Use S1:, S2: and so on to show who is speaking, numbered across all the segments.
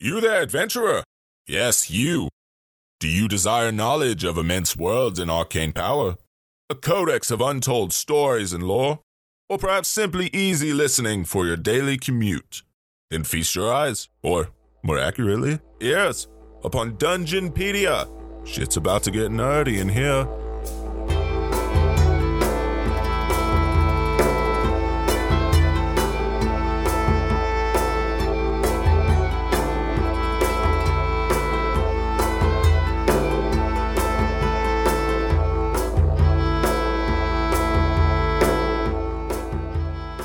S1: You there, adventurer? Yes, you. Do you desire knowledge of immense worlds and arcane power? A codex of untold stories and lore? Or perhaps simply easy listening for your daily commute? Then feast your eyes, or more accurately, ears, upon Dungeonpedia. Shit's about to get nerdy in here.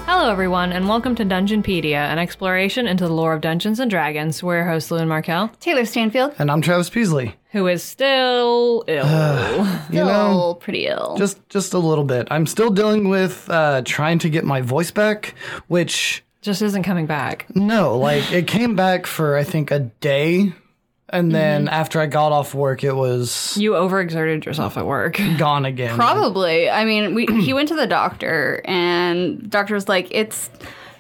S2: Hello, everyone, and welcome to Dungeonpedia, an exploration into the lore of Dungeons and Dragons. We're your host, Lewin Markell,
S3: Taylor Stanfield.
S4: And I'm Travis Peasley.
S2: who is still ill.
S4: You
S3: Still
S4: know,
S3: pretty ill.
S4: just just a little bit. I'm still dealing with uh, trying to get my voice back, which
S2: Just isn't coming back.
S4: no, like it came back for I think a day, and then after I got off work, it was
S2: You overexerted yourself at work.
S4: gone again.
S3: probably. I mean, we, he went to the doctor, and doctor was like, "It's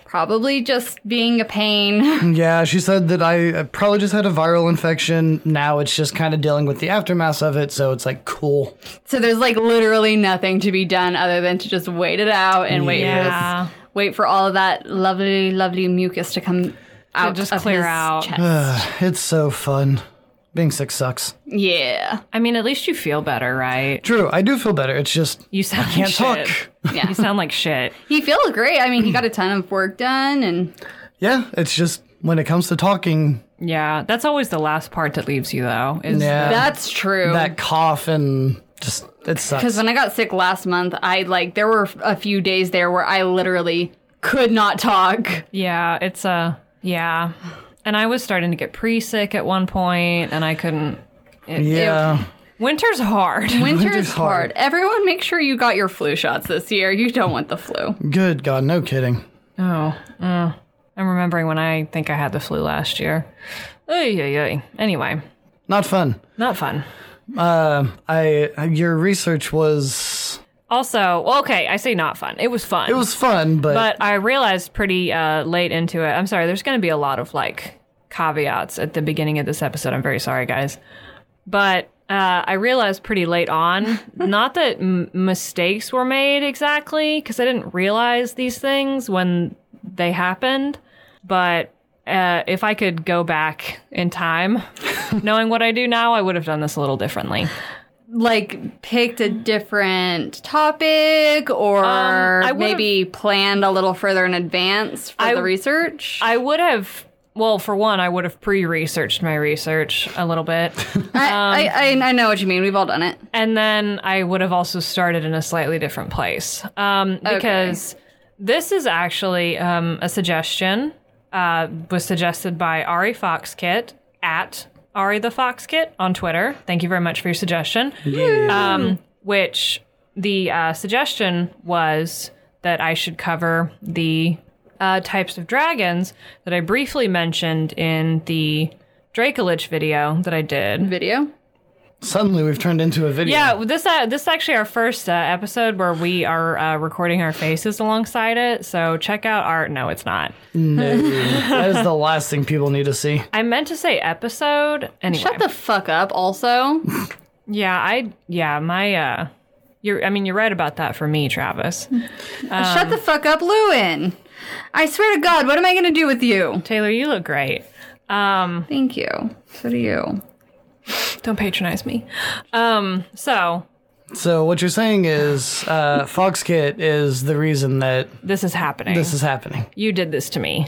S3: probably just being a pain."
S4: yeah, she said that I uh, probably just had a viral infection. Now it's just kind of dealing with the aftermath of it, so it's like cool.
S3: so there's like literally nothing to be done other than to just wait it out and wait
S2: Yeah.
S3: for this, wait for all of that lovely, lovely mucus to come out,
S2: just
S3: of
S2: clear
S3: his
S2: out.
S3: chest.
S4: It's so fun. Being sick sucks.
S3: yeah,
S2: I mean, at least you feel better, right?
S4: True, I do feel better. It's just
S2: You sound
S4: can't
S2: like shit.
S4: talk.
S3: Yeah.
S2: You sound like shit.
S3: he feels great. I mean, he got a ton of work done, and
S4: Yeah, it's just when it comes to talking,
S2: Yeah, that's always the last part that leaves you, though. Is
S4: yeah.
S3: that's true.
S4: that cough and just it
S3: Because
S4: sucks.
S3: when I got sick last month, I like there were a few days there where I literally could not talk.
S2: yeah, it's a yeah. And I was starting to get pre-sick at one point, and I couldn't.
S4: yeah,
S2: Winter's hard.
S3: Winter
S4: Winter's
S3: is hard.
S4: hard.
S3: Everyone, make sure you got your flu shots this year. You don't want the flu.
S4: good God, no kidding.
S2: Oh, uh, I'm remembering when I think I had the flu last year. Oy, oy, oy. Anyway,
S4: Not fun.
S2: not fun.
S4: Uh, I your research was
S2: Also, well, okay, I say not fun. It was fun.
S4: it was fun, but,
S2: but I realized pretty uh, late into it. I'm sorry. There's going to be a lot of like caveats at the beginning of this episode. I'm very sorry, guys. But uh, I realized pretty late on, not that m- mistakes were made exactly, because I didn't realize these things when they happened. But uh, if I could go back in time, knowing what I do now, I would have done this a little differently.
S3: Like, picked a different topic or
S2: Um, I would've-
S3: maybe planned a little further in advance for the research.
S2: I would have. Well, for one, I would have pre-researched my research a little bit.
S3: I,
S2: um,
S3: I, I, I know what you mean. We've all done it.
S2: and then I would have also started in a slightly different place um, because this is actually um, a suggestion uh, was suggested by Ari Foxkit at Ari the Fox Kit on Twitter. Thank you very much for your suggestion. Um, which the uh, suggestion was that I should cover the uh, types of dragons that I briefly mentioned in the Dracolich video that I did.
S3: Video.
S4: suddenly we've turned into a video.
S2: Yeah, well, this uh, this is actually our first uh, episode where we are uh, recording our faces alongside it. So check out our no, it's not.
S4: No, that is the last thing people need to see.
S2: I meant to say episode. Anyway,
S3: Shut the fuck up. Also,
S2: yeah, I yeah my uh, you're I mean you're right about that for me, Travis Um,
S3: shut the fuck up, Lewin. I swear to God, what am I gonna do with you?
S2: Taylor. You look great.
S3: Thank you. So do you.
S2: Don't patronize me. Um, so
S4: So what you're saying is, uh, Foxkit is the reason that
S2: this is happening.
S4: this is happening.
S2: you did this to me.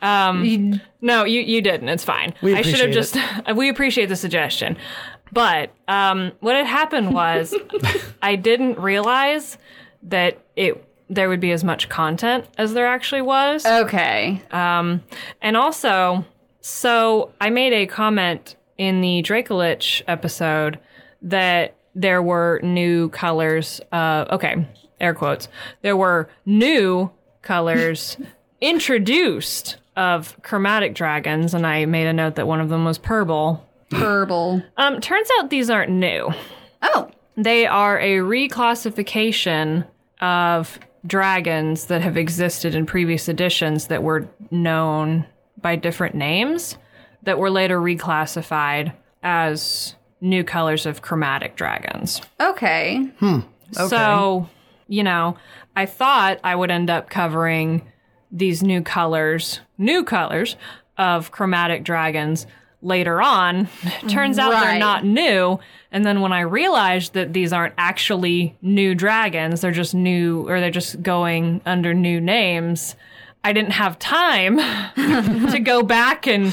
S2: Um, no, you, you didn't. It's fine.
S4: We
S2: I should have just.
S4: appreciate
S2: we appreciate the suggestion, but um, what had happened was I didn't realize that it there would be as much content as there actually was,
S3: Okay.
S2: and also, so I made a comment in the Dracolich episode that there were new colors. Uh, okay, air quotes. There were new colors introduced of chromatic dragons, and I made a note that one of them was purple.
S3: Verbal.
S2: Um, turns out these aren't new.
S3: Oh.
S2: They are a reclassification of dragons that have existed in previous editions that were known by different names. that were later reclassified as new colors of chromatic dragons.
S3: Okay.
S2: So, you know, I thought I would end up covering these new colors, new colors of chromatic dragons later on. Turns out they're
S3: Right.
S2: not new. And then when I realized that these aren't actually new dragons, they're just new or they're just going under new names. I didn't have time to go back and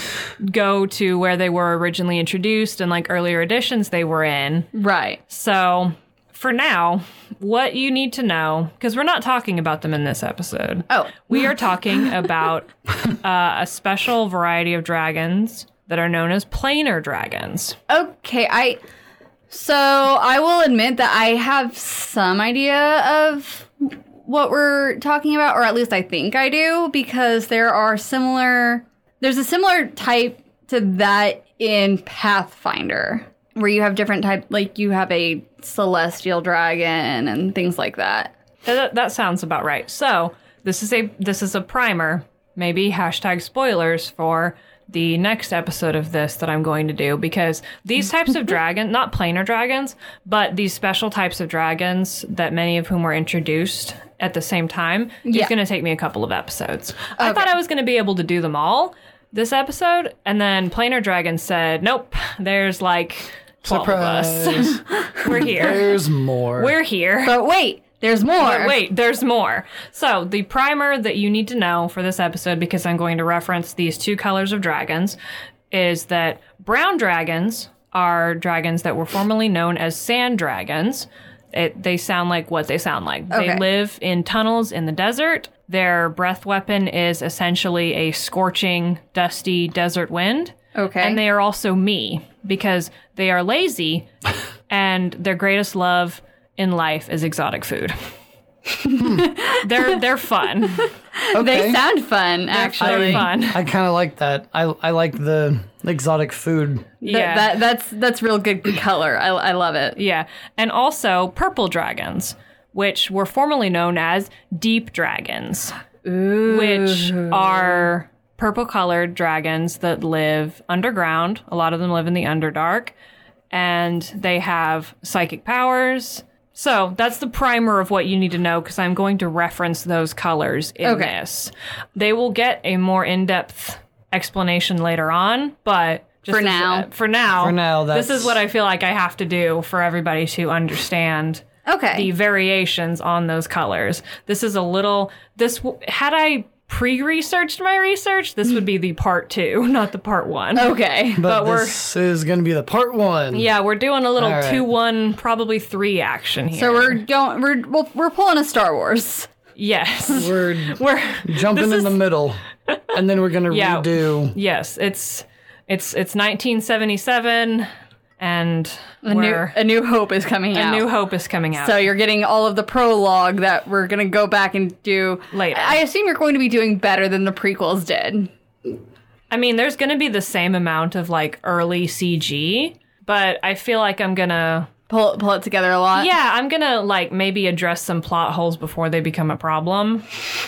S2: go to where they were originally introduced and like earlier editions they were in.
S3: Right.
S2: So, for now, what you need to know, because we're not talking about them in this episode.
S3: Oh.
S2: We are talking about uh, a special variety of dragons that are known as planar dragons.
S3: Okay, I so I will admit that I have some idea of what we're talking about, or at least I think I do, because there are similar there's a similar type to that in Pathfinder, where you have different type like you have a celestial dragon and things like that.
S2: That, that sounds about right. So this is a this is a primer, maybe hashtag spoilers for the next episode of this that I'm going to do because these types of dragon, not planar dragons, but these special types of dragons that many of whom were introduced at the same time,
S3: Yeah.
S2: it's going to take me a couple of episodes. I thought I was going to be able to do them all this episode, and then planar dragon said, "Nope, there's like." 12 of us.
S4: Surprise.
S2: We're here.
S4: There's more.
S2: We're here.
S3: But wait, there's more.
S2: But wait, there's more. So, the primer that you need to know for this episode, because I'm going to reference these two colors of dragons, is that brown dragons are dragons that were formerly known as sand dragons. It, they sound like what they sound like. They
S3: Okay.
S2: live in tunnels in the desert. Their breath weapon is essentially a scorching, dusty desert wind.
S3: Okay.
S2: And they are also me because they are lazy and their greatest love in life is exotic food. they're they're fun.
S4: okay.
S3: They sound fun,
S2: They're
S3: actually.
S2: fun.
S4: I kind of like that. I I like the exotic food.
S3: Th-
S2: yeah.
S3: that, that's that's real good color. I, I love it.
S2: yeah. And also purple dragons, which were formerly known as deep dragons, which are purple colored dragons that live underground. A lot of them live in the underdark and they have psychic powers. So that's the primer of what you need to know because I'm going to reference those colors in
S3: Okay.
S2: this. They will get a more in depth explanation later on, but just
S3: For
S2: as-
S3: now.
S2: uh, for now,
S4: For now,
S2: this is
S4: that's-
S2: what I feel like I have to do for everybody to understand
S3: Okay.
S2: the variations on those colors. This is a little. This w- had I pre-researched my research, this would be the part two, not the part one.
S3: Oh. okay.
S4: But,
S2: But we're-
S4: this is going to be the part one.
S2: Yeah, we're doing a little
S4: All right.
S2: two one, probably three action here.
S3: So we're going. We're we're- we're pulling a Star Wars.
S2: yes,
S4: We're
S2: we're
S4: jumping in the middle, and then we're going to
S2: Yeah.
S4: redo.
S2: yes, it's it's it's 1977, and
S3: A new,
S2: we're,
S3: a new hope is coming
S2: A
S3: out.
S2: New Hope is coming out.
S3: So you're getting all of the prologue that we're gonna go back and do
S2: Later.
S3: I assume you're going to be doing better than the prequels did.
S2: I mean, there's going to be the same amount of like early CG, but I feel like I'm gonna
S3: Pull pull it together a lot.
S2: Yeah, I'm gonna like maybe address some plot holes before they become a problem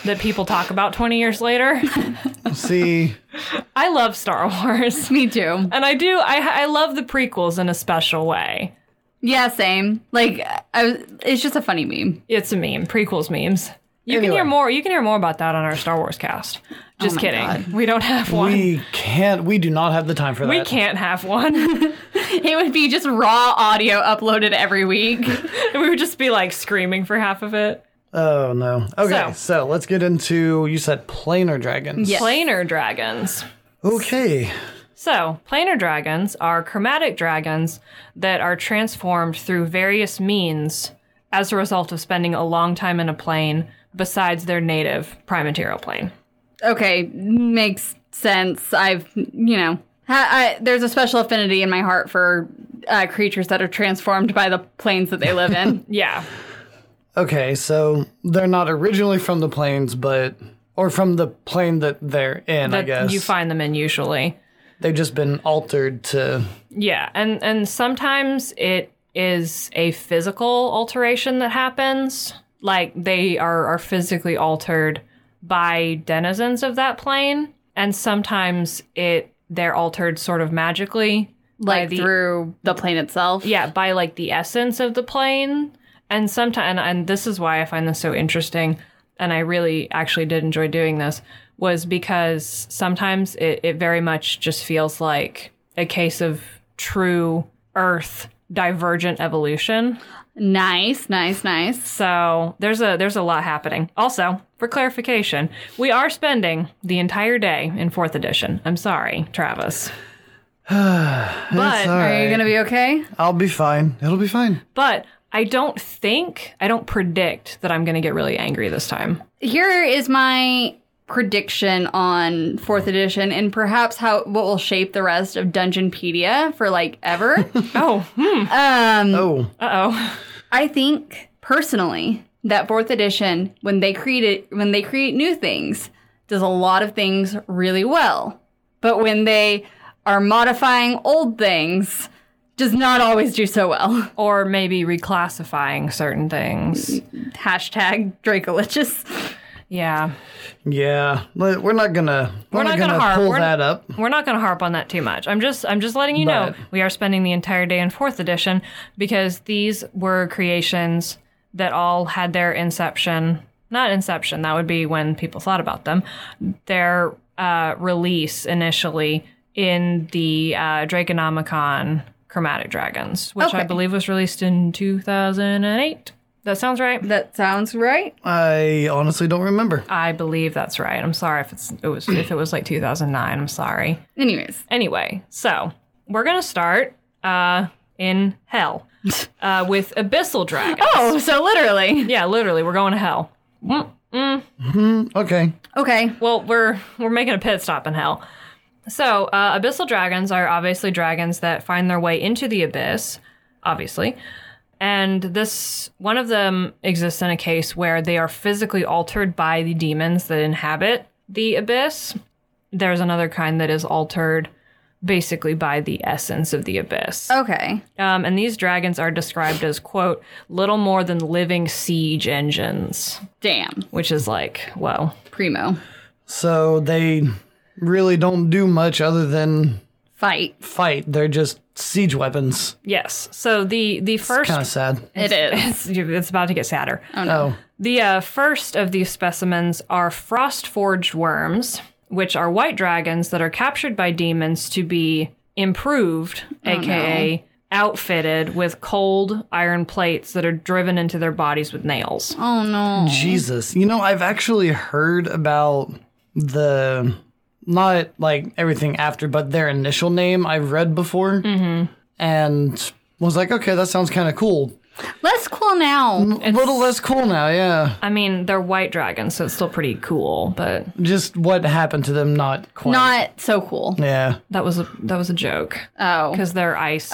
S2: that people talk about 20 years later.
S4: See,
S2: I love Star Wars,
S3: Me too.
S2: and I do. I I love the prequels in a special way.
S3: Yeah, same. Like I was, it's just a funny meme.
S2: It's a meme. Prequels memes. You can
S4: Anyway.
S2: hear more. You can hear more about that on our Star Wars cast. Just
S3: Oh my
S2: kidding.
S3: God.
S2: We don't have one. We,
S4: we can't. We do not have the time for that.
S2: can't have one.
S3: It would be just raw audio uploaded every week.
S2: we would just be like screaming for half of it.
S4: Oh no. Okay,
S2: So-
S4: so, let's get into. You said planar dragons.
S3: Yes.
S2: Planar dragons.
S4: Okay.
S2: So, planar dragons are chromatic dragons that are transformed through various means as a result of spending a long time in a plane besides their native primaterial plane.
S3: okay, makes sense. I've, you know, ha- I, there's a special affinity in my heart for uh, creatures that are transformed by the planes that they live in.
S2: Yeah.
S4: Okay, so they're not originally from the plains, but or from the plane that they're in. I
S2: That
S4: guess
S2: you find them in usually.
S4: they've just been altered to.
S2: Yeah, and and sometimes it is a physical alteration that happens, like they are are physically altered by denizens of that plane, and sometimes it they're altered sort of magically by
S3: like
S2: the,
S3: through the plane itself.
S2: yeah by like the essence of the plane and sometimes and, and this is why i find this so interesting and i really actually did enjoy doing this was because sometimes it, it very much just feels like a case of true earth divergent evolution
S3: Nice, nice, nice.
S2: so there's a there's a lot happening also for clarification we are spending the entire day in fourth edition i'm sorry travis but
S4: all
S3: Are
S4: right.
S3: you gonna be okay?
S4: I'll be fine. It'll be fine.
S2: but I don't think, I don't predict that I'm going to get really angry this time.
S3: Here is my prediction on fourth edition and perhaps how what will shape the rest of Dungeonpedia for like ever.
S2: Oh, hmm.
S3: um
S4: Oh,
S2: Uh oh.
S3: I think personally that fourth edition, when they create it, when they create new things, does a lot of things really well. But when they are modifying old things, does not always do so well.
S2: Or maybe reclassifying certain things.
S3: Hashtag Dracoliches.
S2: Yeah.
S4: yeah. But We're not gonna. We're,
S2: not
S4: not
S2: gonna
S4: gonna,
S2: harp.
S4: pull
S2: We're-
S4: that up.
S2: We're not going to harp on that too much. I'm just I'm just letting you know
S4: But-
S2: we are spending the entire day in 4th edition because these were creations that all had their inception, not inception, that would be when people thought about them, their uh, release initially in the uh, Draconomicon Chromatic Dragons, which I
S3: Okay.
S2: believe was released in 2008. That sounds right.
S3: That sounds right.
S4: I honestly don't remember.
S2: I believe that's right. I'm sorry if it's it was if it was like 2009. I'm sorry.
S3: Anyways,
S2: Anyway, so we're gonna start uh, in hell uh, with abyssal dragons.
S3: oh, so literally.
S2: Yeah, literally, we're going to hell.
S4: Okay.
S3: Okay,
S2: Well, we're we're making a pit stop in hell. So, uh, abyssal dragons are obviously dragons that find their way into the abyss, obviously. And this one of them exists in a case where they are physically altered by the demons that inhabit the abyss. There's another kind that is altered basically by the essence of the abyss.
S3: okay.
S2: Um, and these dragons are described as, quote, little more than living siege engines,
S3: Damn,
S2: which is like, well,
S3: primo.
S4: So they really don't do much other than
S3: Fight.
S4: fight. They're just siege weapons.
S2: yes. So the the first
S4: Kind of sad.
S3: It
S2: it's,
S3: is.
S2: it's about to get sadder.
S4: Oh,
S2: The uh, first of these specimens are frost forged worms, which are white dragons that are captured by demons to be improved, aka outfitted with cold iron plates that are driven into their bodies with nails.
S3: Oh no.
S4: Jesus. You know, I've actually heard about the not like everything after, but their initial name I've read before, and was like, okay, that sounds kind of cool.
S3: Less cool now.
S4: A little less cool now, yeah.
S2: I mean, they're white dragons, so it's still pretty cool, but
S4: Just what happened to them? Not quite.
S3: Not so cool.
S4: yeah.
S2: that was a that was a joke
S3: Oh.
S2: because they're ice.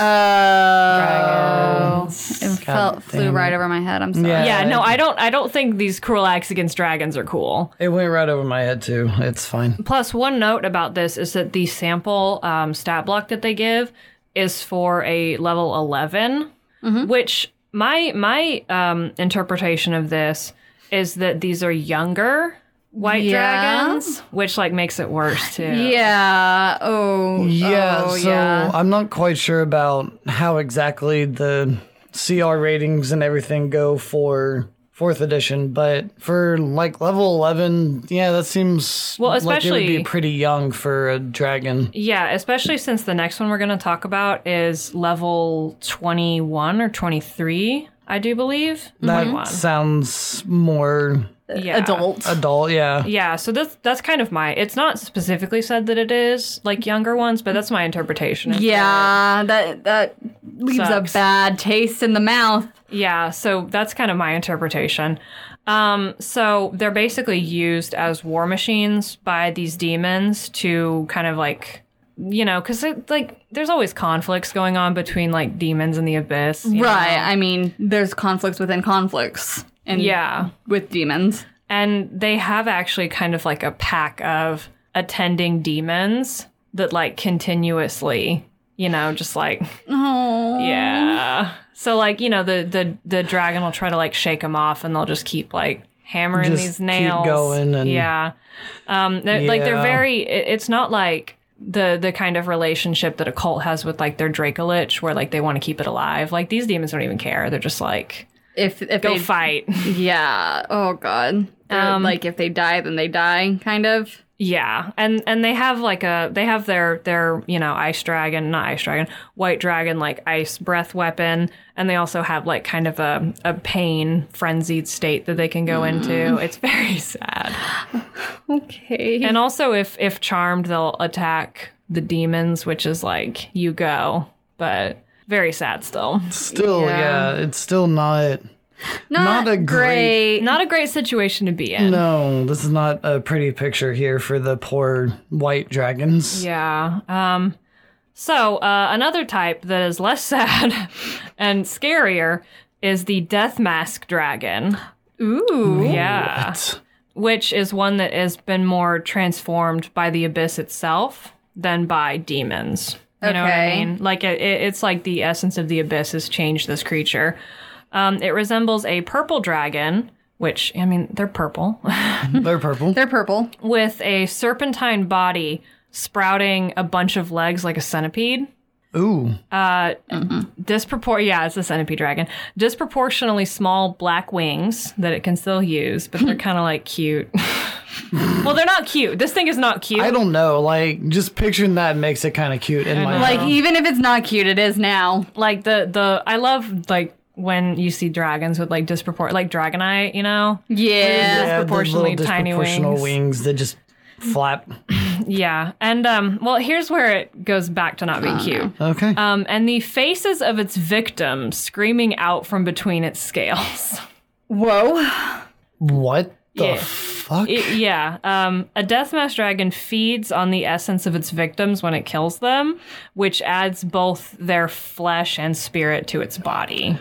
S3: Oh. It felt, flew
S4: damn
S3: right over my head. I'm sorry.
S4: Yeah.
S2: yeah, no, I don't. I don't think these cruel acts against dragons are cool.
S4: It went right over my head too. It's fine.
S2: Plus, one note about this is that the sample um, stat block that they give is for a level 11,
S3: Mm-hmm.
S2: which my my um, interpretation of this is that these are younger white
S3: Yeah.
S2: dragons, which like makes it worse too.
S3: Yeah. Oh.
S4: Yeah,
S3: oh,
S4: so
S3: yeah.
S4: I'm not quite sure about how exactly the CR ratings and everything go for fourth edition, but for like level 11, yeah, that seems
S2: Well,
S4: like it would
S2: especially-
S4: be pretty young for a dragon.
S2: Yeah, especially since the next one we're going to talk about is level 21 or 23, I do believe.
S4: That
S2: 21.
S4: sounds more
S2: Yeah.
S3: Adult.
S4: adult, yeah.
S2: Yeah, so that's that's kind of my. It's not specifically said that it is like younger ones, but that's my interpretation. of it.
S3: Yeah. That that leaves
S2: Sucks.
S3: a bad taste in the mouth.
S2: yeah. So that's kind of my interpretation. Um, so they're basically used as war machines by these demons to kind of like, you know, because like there's always conflicts going on between like demons and the abyss. you know?
S3: Right. I mean, there's conflicts within conflicts. And
S2: Yeah.
S3: With demons.
S2: And they have actually kind of like a pack of attending demons that like continuously, you know, just like
S3: Oh.
S2: Yeah. So like, you know, the the the dragon will try to like shake them off and they'll just keep like hammering
S4: Just
S2: these
S4: keep
S2: nails.
S4: going and-
S2: Yeah. Um they're- like they're
S4: Yeah.
S2: very it- it's not like the the kind of relationship that a cult has with like their Dracolich, where like they want to keep it alive. Like these demons don't even care. They're just like
S3: If if
S2: go
S3: they
S2: fight.
S3: yeah, oh god, They're,
S2: Um,
S3: like if they die, then they die, kind of.
S2: yeah, and and they have like a they have their their you know ice dragon, not ice dragon, white dragon like ice breath weapon, and they also have like kind of a a pain frenzied state that they can go into. It's very sad.
S3: Okay,
S2: And also, if if charmed, they'll attack the demons, which is like you go, but very sad still.
S4: Still,
S3: Yeah.
S4: yeah, it's still not. not a great-
S2: Not a great situation to be in.
S4: No, this is not a pretty picture here for the poor white dragons.
S2: Yeah. Um. So uh, another type that is less sad and scarier is the death mask dragon.
S3: Ooh,
S2: Yeah.
S4: What?
S2: which is one that has been more transformed by the abyss itself than by demons. You know what I
S3: Okay.
S2: mean? Like it, it- it's like the essence of the abyss has changed this creature. Um, it resembles a purple dragon, which I mean they're purple,
S4: They're purple.
S3: they're purple.
S2: with a serpentine body sprouting a bunch of legs like a centipede.
S4: Ooh.
S2: Uh, dispropor yeah, it's a centipede dragon. Disproportionately small black wings that it can still use, but they're kind of like cute. well, they're not cute. This thing is not cute.
S4: I don't know. Like, just picturing that makes it kind of cute in my
S3: Like even if it's not cute, it is now.
S2: like the the I love like when you see dragons with like dispropor like dragonite, you know?
S3: Yeah,
S4: Yeah, the
S2: disproportionately
S4: little
S2: tiny
S4: disproportional
S2: wings.
S4: that just flap.
S2: Yeah. And um well, here's where it goes back to not being cute.
S4: Okay.
S2: Um and the faces of its victims screaming out from between its scales.
S3: whoa.
S4: what the
S2: yeah.
S4: fuck?
S2: It- yeah. Um, a deathmask dragon feeds on the essence of its victims when it kills them, which adds both their flesh and spirit to its body.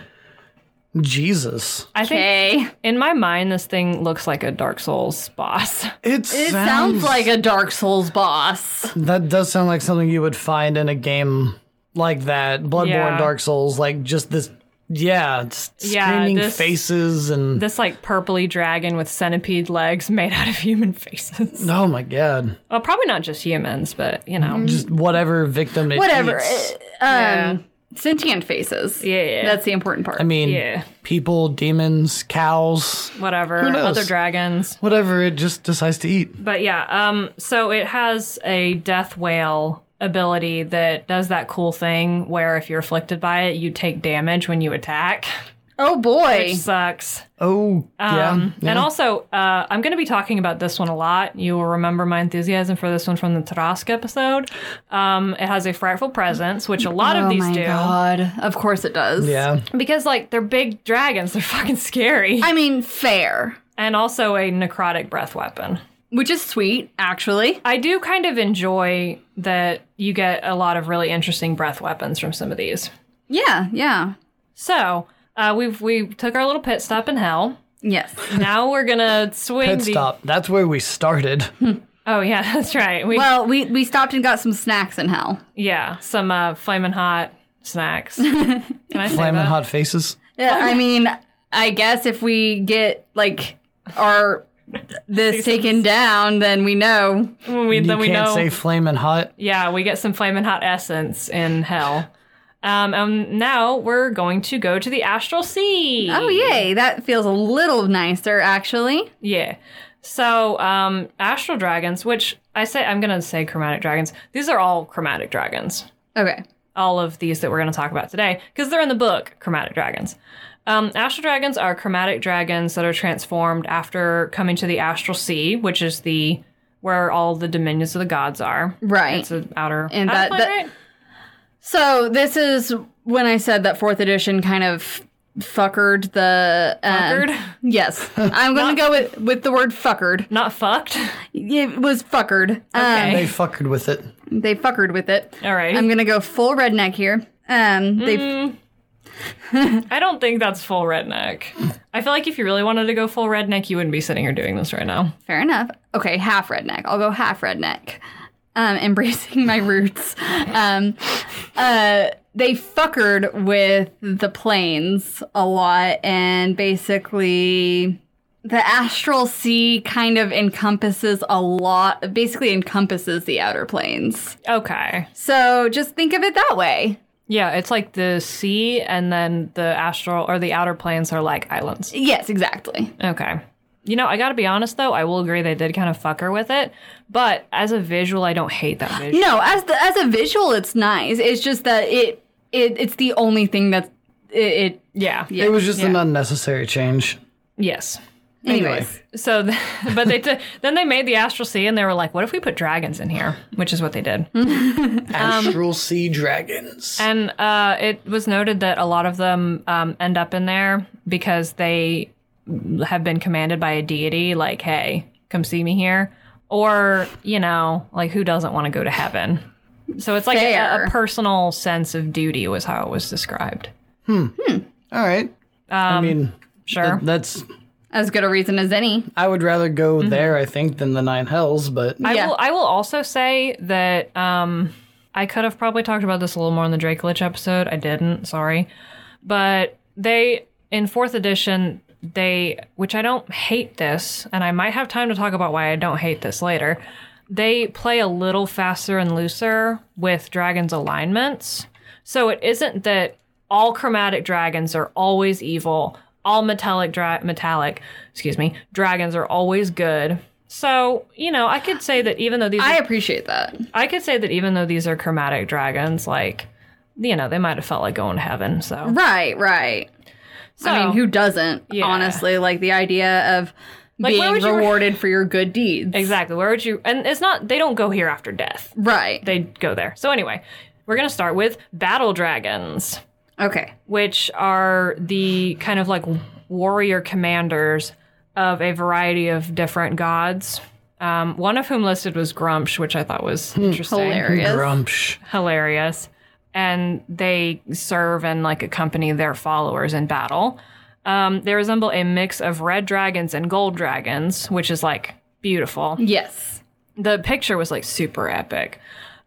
S4: Jesus.
S2: I think,
S3: Okay,
S2: in my mind, this thing looks like a Dark Souls boss.
S4: It,
S3: it sounds like a Dark Souls boss.
S4: That does sound like something you would find in a game like that. Bloodborne,
S2: Yeah.
S4: Dark Souls, like just this. Yeah, s-
S2: Yeah,
S4: screaming
S2: this-
S4: faces and
S2: This like purpley dragon with centipede legs made out of human faces.
S4: oh my god,
S2: Well, probably not just humans, but you know,
S4: just whatever victim it
S3: Whatever.
S4: eats.
S3: Uh, um, sentient faces.
S2: Yeah.
S3: that's the important part.
S4: I mean,
S2: yeah,
S4: people, demons, cows,
S2: whatever.
S4: Who knows?
S2: Other dragons.
S4: whatever it just decides to eat.
S2: But yeah, um, so it has a death whale ability that does that cool thing where if you're afflicted by it, you take damage when you attack.
S3: oh boy.
S2: Sucks.
S4: Oh yeah,
S2: Um, And also, uh, I'm going to be talking about this one a lot. You will remember my enthusiasm for this one from the Tarask episode. Um, it has a frightful presence, which a lot of
S3: oh
S2: these
S3: my
S2: do.
S3: god. Of course it does.
S4: yeah.
S2: Because, like, they're big dragons. They're fucking scary.
S3: I mean, fair.
S2: and also a necrotic breath weapon.
S3: Which is sweet, actually.
S2: I do kind of enjoy that you get a lot of really interesting breath weapons from some of these.
S3: Yeah, yeah.
S2: So uh, we've we took our little pit stop in hell.
S3: Yes.
S2: Now we're gonna swing
S4: Pit
S2: the.
S4: stop. That's where we started.
S2: Oh yeah, that's right. We
S3: Well, we, we stopped and got some snacks in hell.
S2: yeah some uh, flaming hot snacks. Can I say
S4: Flaming
S2: that?
S4: hot faces.
S3: Oh, Yeah, I mean, I guess if we get like our this taken down, then we know.
S2: When we,
S4: You
S2: then we
S4: can't
S2: know.
S4: say flaming hot.
S2: yeah, we get some flaming hot essence in hell. Um, and now we're going to go to the astral sea.
S3: Oh yay, that feels a little nicer actually.
S2: Yeah. So, um, astral dragons, which I say I'm gonna say chromatic dragons. These are all chromatic dragons.
S3: Okay.
S2: All of these that we're gonna talk about today, because they're in the book, chromatic dragons. Um, astral dragons are chromatic dragons that are transformed after coming to the astral sea, which is the where all the dominions of the gods are.
S3: Right.
S2: It's an outer
S3: And
S2: outer
S3: that-
S2: plane,
S3: that-
S2: right?
S3: So this is when I said that fourth edition kind of fuckered the uh,
S2: Fuckered?
S3: Yes, I'm gonna go with with the word fuckered.
S2: not fucked.
S3: It was fuckered. Um,
S4: They fuckered with it.
S3: they fuckered with it.
S2: All right. Mm.
S3: I'm gonna go full redneck here. Um, they
S2: I don't think that's full redneck. I feel like if you really wanted to go full redneck, you wouldn't be sitting here doing this right now.
S3: fair enough. Okay, half redneck. I'll go half redneck. Um, embracing my roots. Um, uh, they fuckered with the planes a lot and basically the astral sea kind of encompasses a lot, basically encompasses the outer planes.
S2: Okay.
S3: So just think of it that way.
S2: Yeah, it's like the sea and then the astral or the outer planes are like islands.
S3: Yes, exactly.
S2: Okay. You know, I gotta be honest though, I will agree they did kind of fuck her with it, but as a visual, I don't hate that visual.
S3: No, as the, as a visual, it's nice. It's just that it it it's the only thing that it. it
S2: Yeah.
S3: yeah.
S4: It was just an
S3: yeah.
S4: unnecessary change.
S2: Yes.
S3: Anyways,
S2: So, th- but they t- then they made the astral sea and they were like, what if we put dragons in here? Which is what they did.
S4: Astral sea dragons.
S2: And uh, it was noted that a lot of them um, end up in there because they have been commanded by a deity, like, hey, come see me here. Or, you know, like, who doesn't want to go to heaven? So it's like a,
S3: Fair.
S2: a personal sense of duty, was how it was described.
S4: All right. I mean,
S2: Um, Sure.
S4: that's.
S3: as good a reason as any.
S4: I would rather go there, I think, than the nine hells. But
S2: Mm-hmm. I
S3: Yeah.
S2: will. I will also say that um, I could have probably talked about this a little more in the Drake Lich episode. I didn't. Sorry, but they in fourth edition they, which I don't hate this, and I might have time to talk about why I don't hate this later. They play a little faster and looser with dragons' alignments, so it isn't that all chromatic dragons are always evil. All metallic, dra- metallic, excuse me, dragons are always good. So you know, I could say that even though these,
S3: I appreciate that.
S2: I could say that even though these are chromatic dragons, like you know, they might have felt like going to heaven. So,
S3: Right, right.
S2: so
S3: I mean, who doesn't?
S2: Yeah.
S3: Honestly, like the idea of
S2: Like, where
S3: being
S2: would you-
S3: rewarded for your good deeds.
S2: exactly? Where would you? And it's not they don't go here after death;
S3: Right.
S2: they go there. So anyway, we're gonna start with battle dragons.
S3: Okay.
S2: which are the kind of like warrior commanders of a variety of different gods. Um, one of whom listed was Grumsh, which I thought was interesting,
S3: Hilarious.
S4: Grumsh.
S2: hilarious. And they serve and like accompany their followers in battle. Um, they resemble a mix of red dragons and gold dragons, which is like beautiful
S3: Yes.
S2: the picture was like super epic.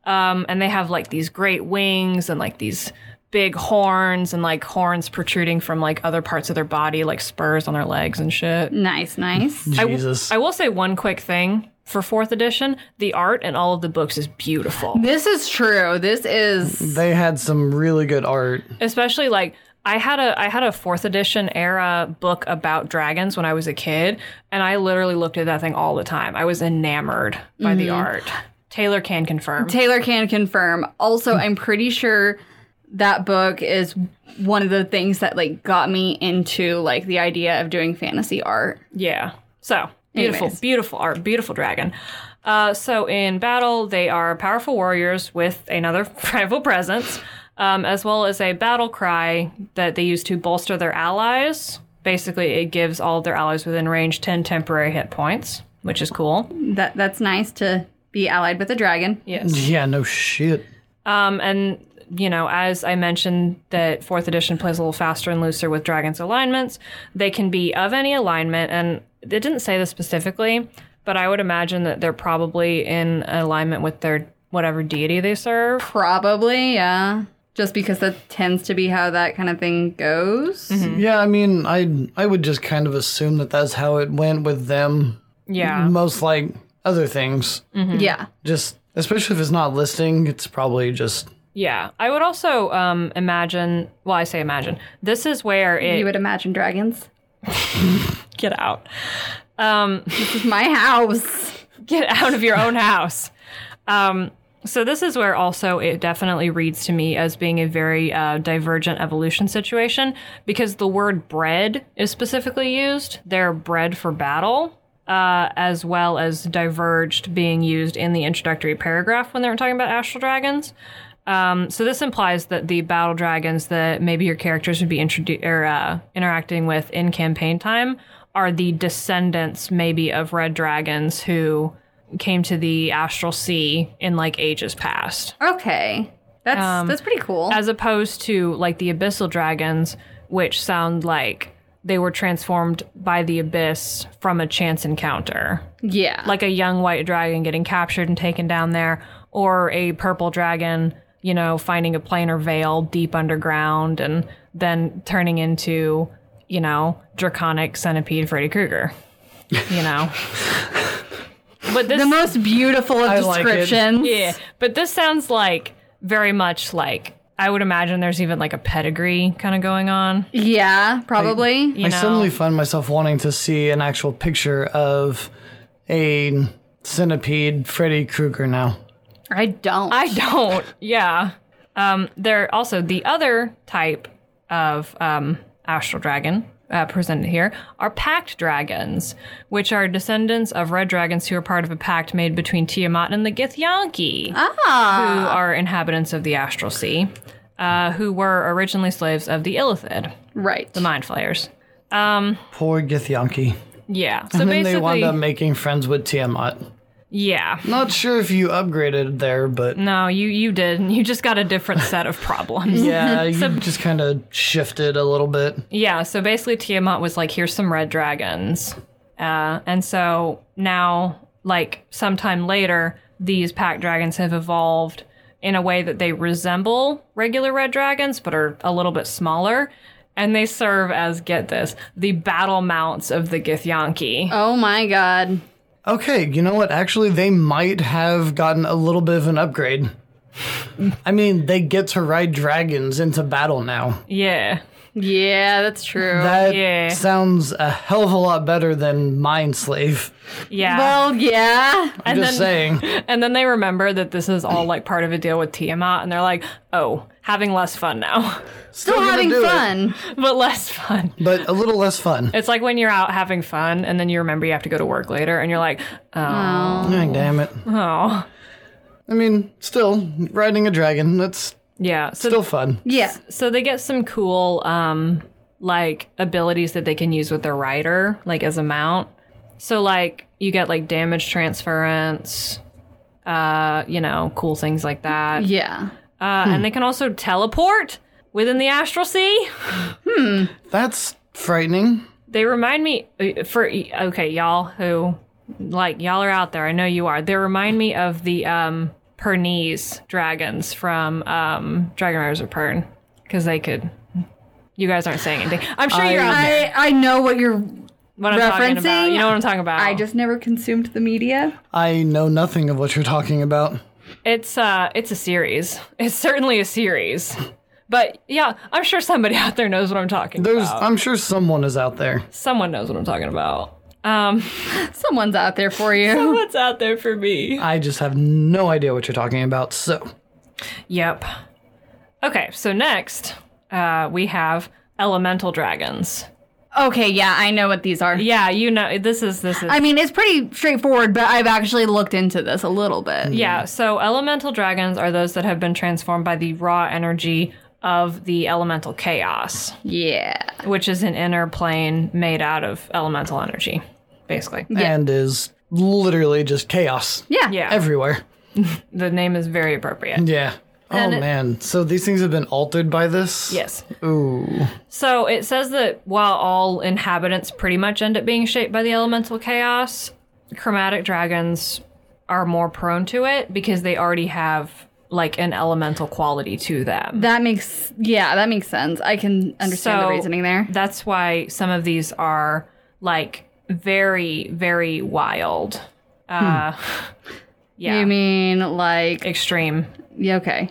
S2: Um, and they have like these great wings and like these big horns and like horns protruding from like other parts of their body, like spurs on their legs and shit.
S3: Nice, nice.
S4: Jesus.
S2: I will say one quick thing for fourth edition the art in all of the books is beautiful,
S3: This is true. This is
S4: they had some really good art.
S2: especially like. I had a I had a fourth edition era book about dragons when I was a kid, and I literally looked at that thing all the time. I was enamored by the art. Taylor can confirm.
S3: Taylor can confirm. Also, I'm pretty sure that book is one of the things that like got me into like the idea of doing fantasy art.
S2: Yeah. So beautiful,
S3: Anyways.
S2: beautiful art, beautiful dragon. Uh, so in battle, they are powerful warriors with another rival presence, um, as well as a battle cry that they use to bolster their allies. Basically, it gives all their allies within range 10 temporary hit points, which is cool.
S3: That that's nice to be allied with a dragon.
S2: Yes.
S4: Yeah, no shit.
S2: Um, and you know, as I mentioned, that fourth edition plays a little faster and looser with dragons' alignments. They can be of any alignment, and it didn't say this specifically, but I would imagine that they're probably in alignment with their whatever deity they serve.
S3: Probably, yeah. Just because that tends to be how that kind of thing goes.
S4: Yeah, I mean, I I would just kind of assume that that's how it went with them.
S2: Yeah.
S4: Most like other things,
S3: Yeah.
S4: just especially if it's not listing, it's probably just
S2: Yeah. I would also um, imagine, well, I say imagine, this is where it.
S3: You would imagine dragons.
S2: get out. Um,
S3: This is my house.
S2: get out of your own house. Um, so this is where also it definitely reads to me as being a very uh, divergent evolution situation because the word bread is specifically used. They're bred for battle, uh, as well as diverged being used in the introductory paragraph when they were talking about astral dragons. Um, so this implies that the battle dragons that maybe your characters would be introdu- or, uh, interacting with in campaign time are the descendants, maybe of red dragons who came to the astral sea in like ages past,
S3: Okay. That's that's pretty cool.
S2: as opposed to like the abyssal dragons, which sound like they were transformed by the abyss from a chance encounter
S3: yeah.
S2: like a young white dragon getting captured and taken down there, or a purple dragon, you know, finding a planar veil deep underground and then turning into you know, draconic centipede Freddy Krueger. You know. but this
S3: The most beautiful of
S4: like it.
S3: descriptions.
S2: yeah, but this sounds like very much like I would imagine there's even like a pedigree kind of going on.
S3: Yeah, probably.
S2: You
S4: I
S2: know?
S4: suddenly find myself wanting to see an actual picture of a centipede Freddy Krueger now.
S3: I don't.
S2: I don't. Yeah. Um, they're also the other type of um, astral dragon uh, presented here are packed dragons, which are descendants of red dragons who are part of a pact made between Tiamat and the Githyanki,
S3: ah,
S2: who are inhabitants of the astral sea, uh, who were originally slaves of the Illithid,
S3: right.
S2: the mind flayers.
S4: Poor Githyanki.
S2: Yeah. So
S4: and then they
S2: basically,
S4: wound up making friends with Tiamat.
S2: yeah.
S4: Not sure if you upgraded there, but
S2: No, you you did. You just got a different set of problems.
S4: yeah, you just kind of shifted a little bit.
S2: Yeah, so basically Tiamat was like, here's some red dragons. Uh, and so now, like, sometime later, these pack dragons have evolved in a way that they resemble regular red dragons, but are a little bit smaller. And they serve as, get this, the battle mounts of the Githyanki.
S3: oh my god.
S4: Okay, you know what? Actually, they might have gotten a little bit of an upgrade. I mean, they get to ride dragons into battle now.
S2: Yeah.
S3: Yeah, that's true.
S4: That
S2: yeah.
S4: sounds a hell of a lot better than Mind Slave.
S2: Yeah.
S3: well, yeah.
S4: I'm
S2: And
S4: just
S2: then-
S4: saying.
S2: and then they remember that this is all like part of a deal with Tiamat, and they're like, oh, having less fun now,
S3: Still
S4: gonna
S3: having
S4: do it.
S3: fun.
S2: but less fun.
S4: But a little less fun.
S2: It's like when you're out having fun and then you remember you have to go to work later and you're like, oh,
S4: Oh, damn it.
S2: oh.
S4: I mean, still, riding a dragon, that's
S2: yeah. So
S4: still fun.
S3: Yeah.
S2: so they get some cool um like abilities that they can use with their rider like as a mount. So like you get like damage transference, uh, you know, cool things like that.
S3: Yeah.
S2: Uh, and they can also teleport within the astral sea.
S4: That's frightening.
S2: They remind me uh, for okay, y'all who like y'all are out there. I know you are. They remind me of the um Pernese dragons from um Dragon Riders of Pern because they could. You guys aren't saying anything. I'm sure you're out there.
S3: I I know what you're.
S2: What I'm talking about.
S3: referencing-
S2: You know what I'm talking about.
S3: I just never consumed the media.
S4: I know nothing of what you're talking about.
S2: it's uh it's a series. It's certainly a series. But yeah, I'm sure somebody out there knows what I'm talking
S4: There's,
S2: about.
S4: I'm sure someone is out there.
S2: Someone knows what I'm talking about. Um,
S3: Someone's out there for you.
S2: what's out there for me?
S4: I just have no idea what you're talking about. So,
S2: Yep. Okay, so next uh, we have elemental dragons.
S3: Okay, yeah, I know what these are.
S2: Yeah, you know this is this is
S3: I mean, it's pretty straightforward, but I've actually looked into this a little bit.
S2: yeah. So elemental dragons are those that have been transformed by the raw energy of the elemental chaos,
S3: Yeah.
S2: which is an inner plane made out of elemental energy, basically.
S4: and is literally just chaos
S3: Yeah.
S2: Yeah,
S4: everywhere.
S2: the name is very appropriate.
S4: Yeah. Oh
S2: And it-
S4: man. So these things have been altered by this?
S2: Yes.
S4: Ooh.
S2: So it says that while all inhabitants pretty much end up being shaped by the elemental chaos, chromatic dragons are more prone to it because they already have like an elemental quality to them.
S3: That makes yeah, that makes sense. I can understand the reasoning there.
S2: That's why some of these are like very, very wild. Uh, Yeah.
S3: Hmm. You mean like
S2: Extreme.
S3: yeah, okay.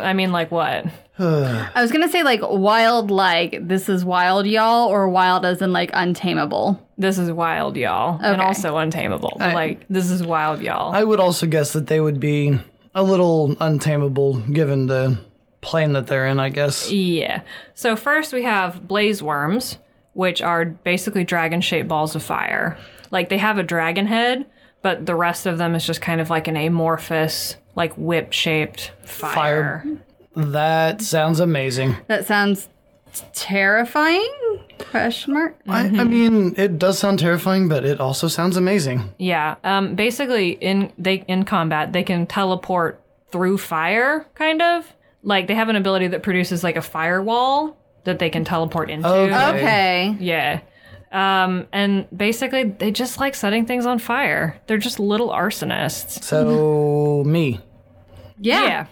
S2: I mean, like what?
S3: I was gonna say like wild like this is wild y'all or wild as in like untamable.
S2: This is wild, y'all, and
S3: Okay.
S2: also untamable. like this is wild, y'all.
S4: I would also guess that they would be a little untamable given the plane that they're in, I guess.
S2: Yeah. So first we have blaze worms, which are basically dragon shaped balls of fire. Like they have a dragon head, but the rest of them is just kind of like an amorphous, like whip shaped fire.
S4: That sounds amazing.
S3: That sounds terrifying? Question mark.
S4: I, I
S2: Mm-hmm.
S4: mean, it does sound terrifying, but it also sounds amazing.
S2: Yeah. Um basically in they in combat they can teleport through fire, kind of. Like they have an ability that produces like a firewall that they can teleport into.
S4: Okay.
S3: Okay.
S2: Yeah. Um, and basically, they just like setting things on fire. They're just little arsonists.
S4: So me,
S3: Yeah.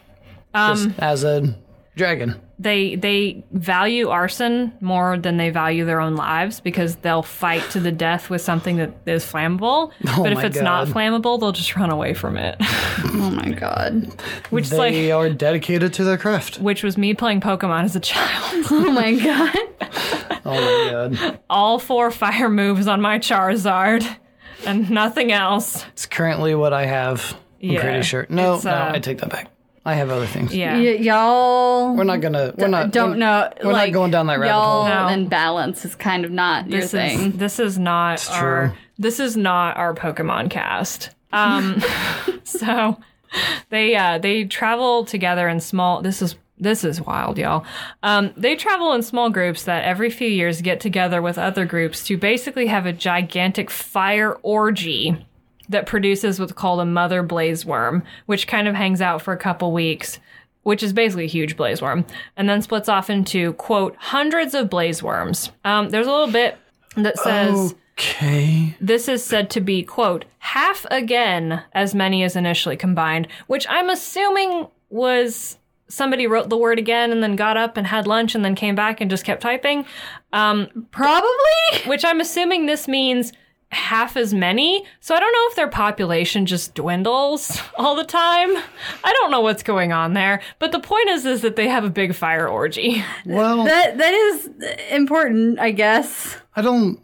S2: Yeah.
S4: just as a Dragon.
S2: they they value arson more than they value their own lives because they'll fight to the death with something that is flammable. but if
S4: Oh my
S2: it's not
S4: God.
S2: flammable, they'll just run away from it.
S3: Oh my god.
S2: which is
S4: They
S2: like
S4: are dedicated to their craft. Oh
S2: which was me playing Pokemon as a child.
S3: Oh my god.
S4: Oh my god.
S2: All four fire moves on my Charizard and nothing else.
S4: It's currently what I have. I'm
S2: Yeah.
S4: pretty sure. No,
S2: It's,
S4: no,
S2: uh,
S4: I take that back. I have other things.
S2: Yeah.
S3: Y- y'all.
S4: We're not gonna. We're not.
S3: don't
S4: we're-
S3: know.
S4: We're
S3: like,
S4: not going down that rabbit
S3: y'all
S4: hole.
S2: No.
S3: and balance is kind of not your
S2: this
S3: thing.
S2: is this is not our
S4: true.
S2: this is not our Pokemon cast. Um, so they uh, they travel together in small. This is this is wild, y'all. Um, they travel in small groups that every few years get together with other groups to basically have a gigantic fire orgy that produces what's called a mother blaze worm, which kind of hangs out for a couple weeks. Which is basically a huge blaze worm, and then splits off into quote hundreds of blaze worms. Um, there's a little bit that says
S4: Oh. Okay.
S2: this is said to be, quote, half again as many as initially combined, which I'm assuming was somebody wrote the word again and then got up and had lunch and then came back and just kept typing. Um,
S3: Probably.
S2: which I'm assuming this means half as many. So I don't know if their population just dwindles all the time. I don't know what's going on there. But the point is is that they have a big fire orgy.
S4: Well,
S3: That that is important, I guess.
S4: I don't.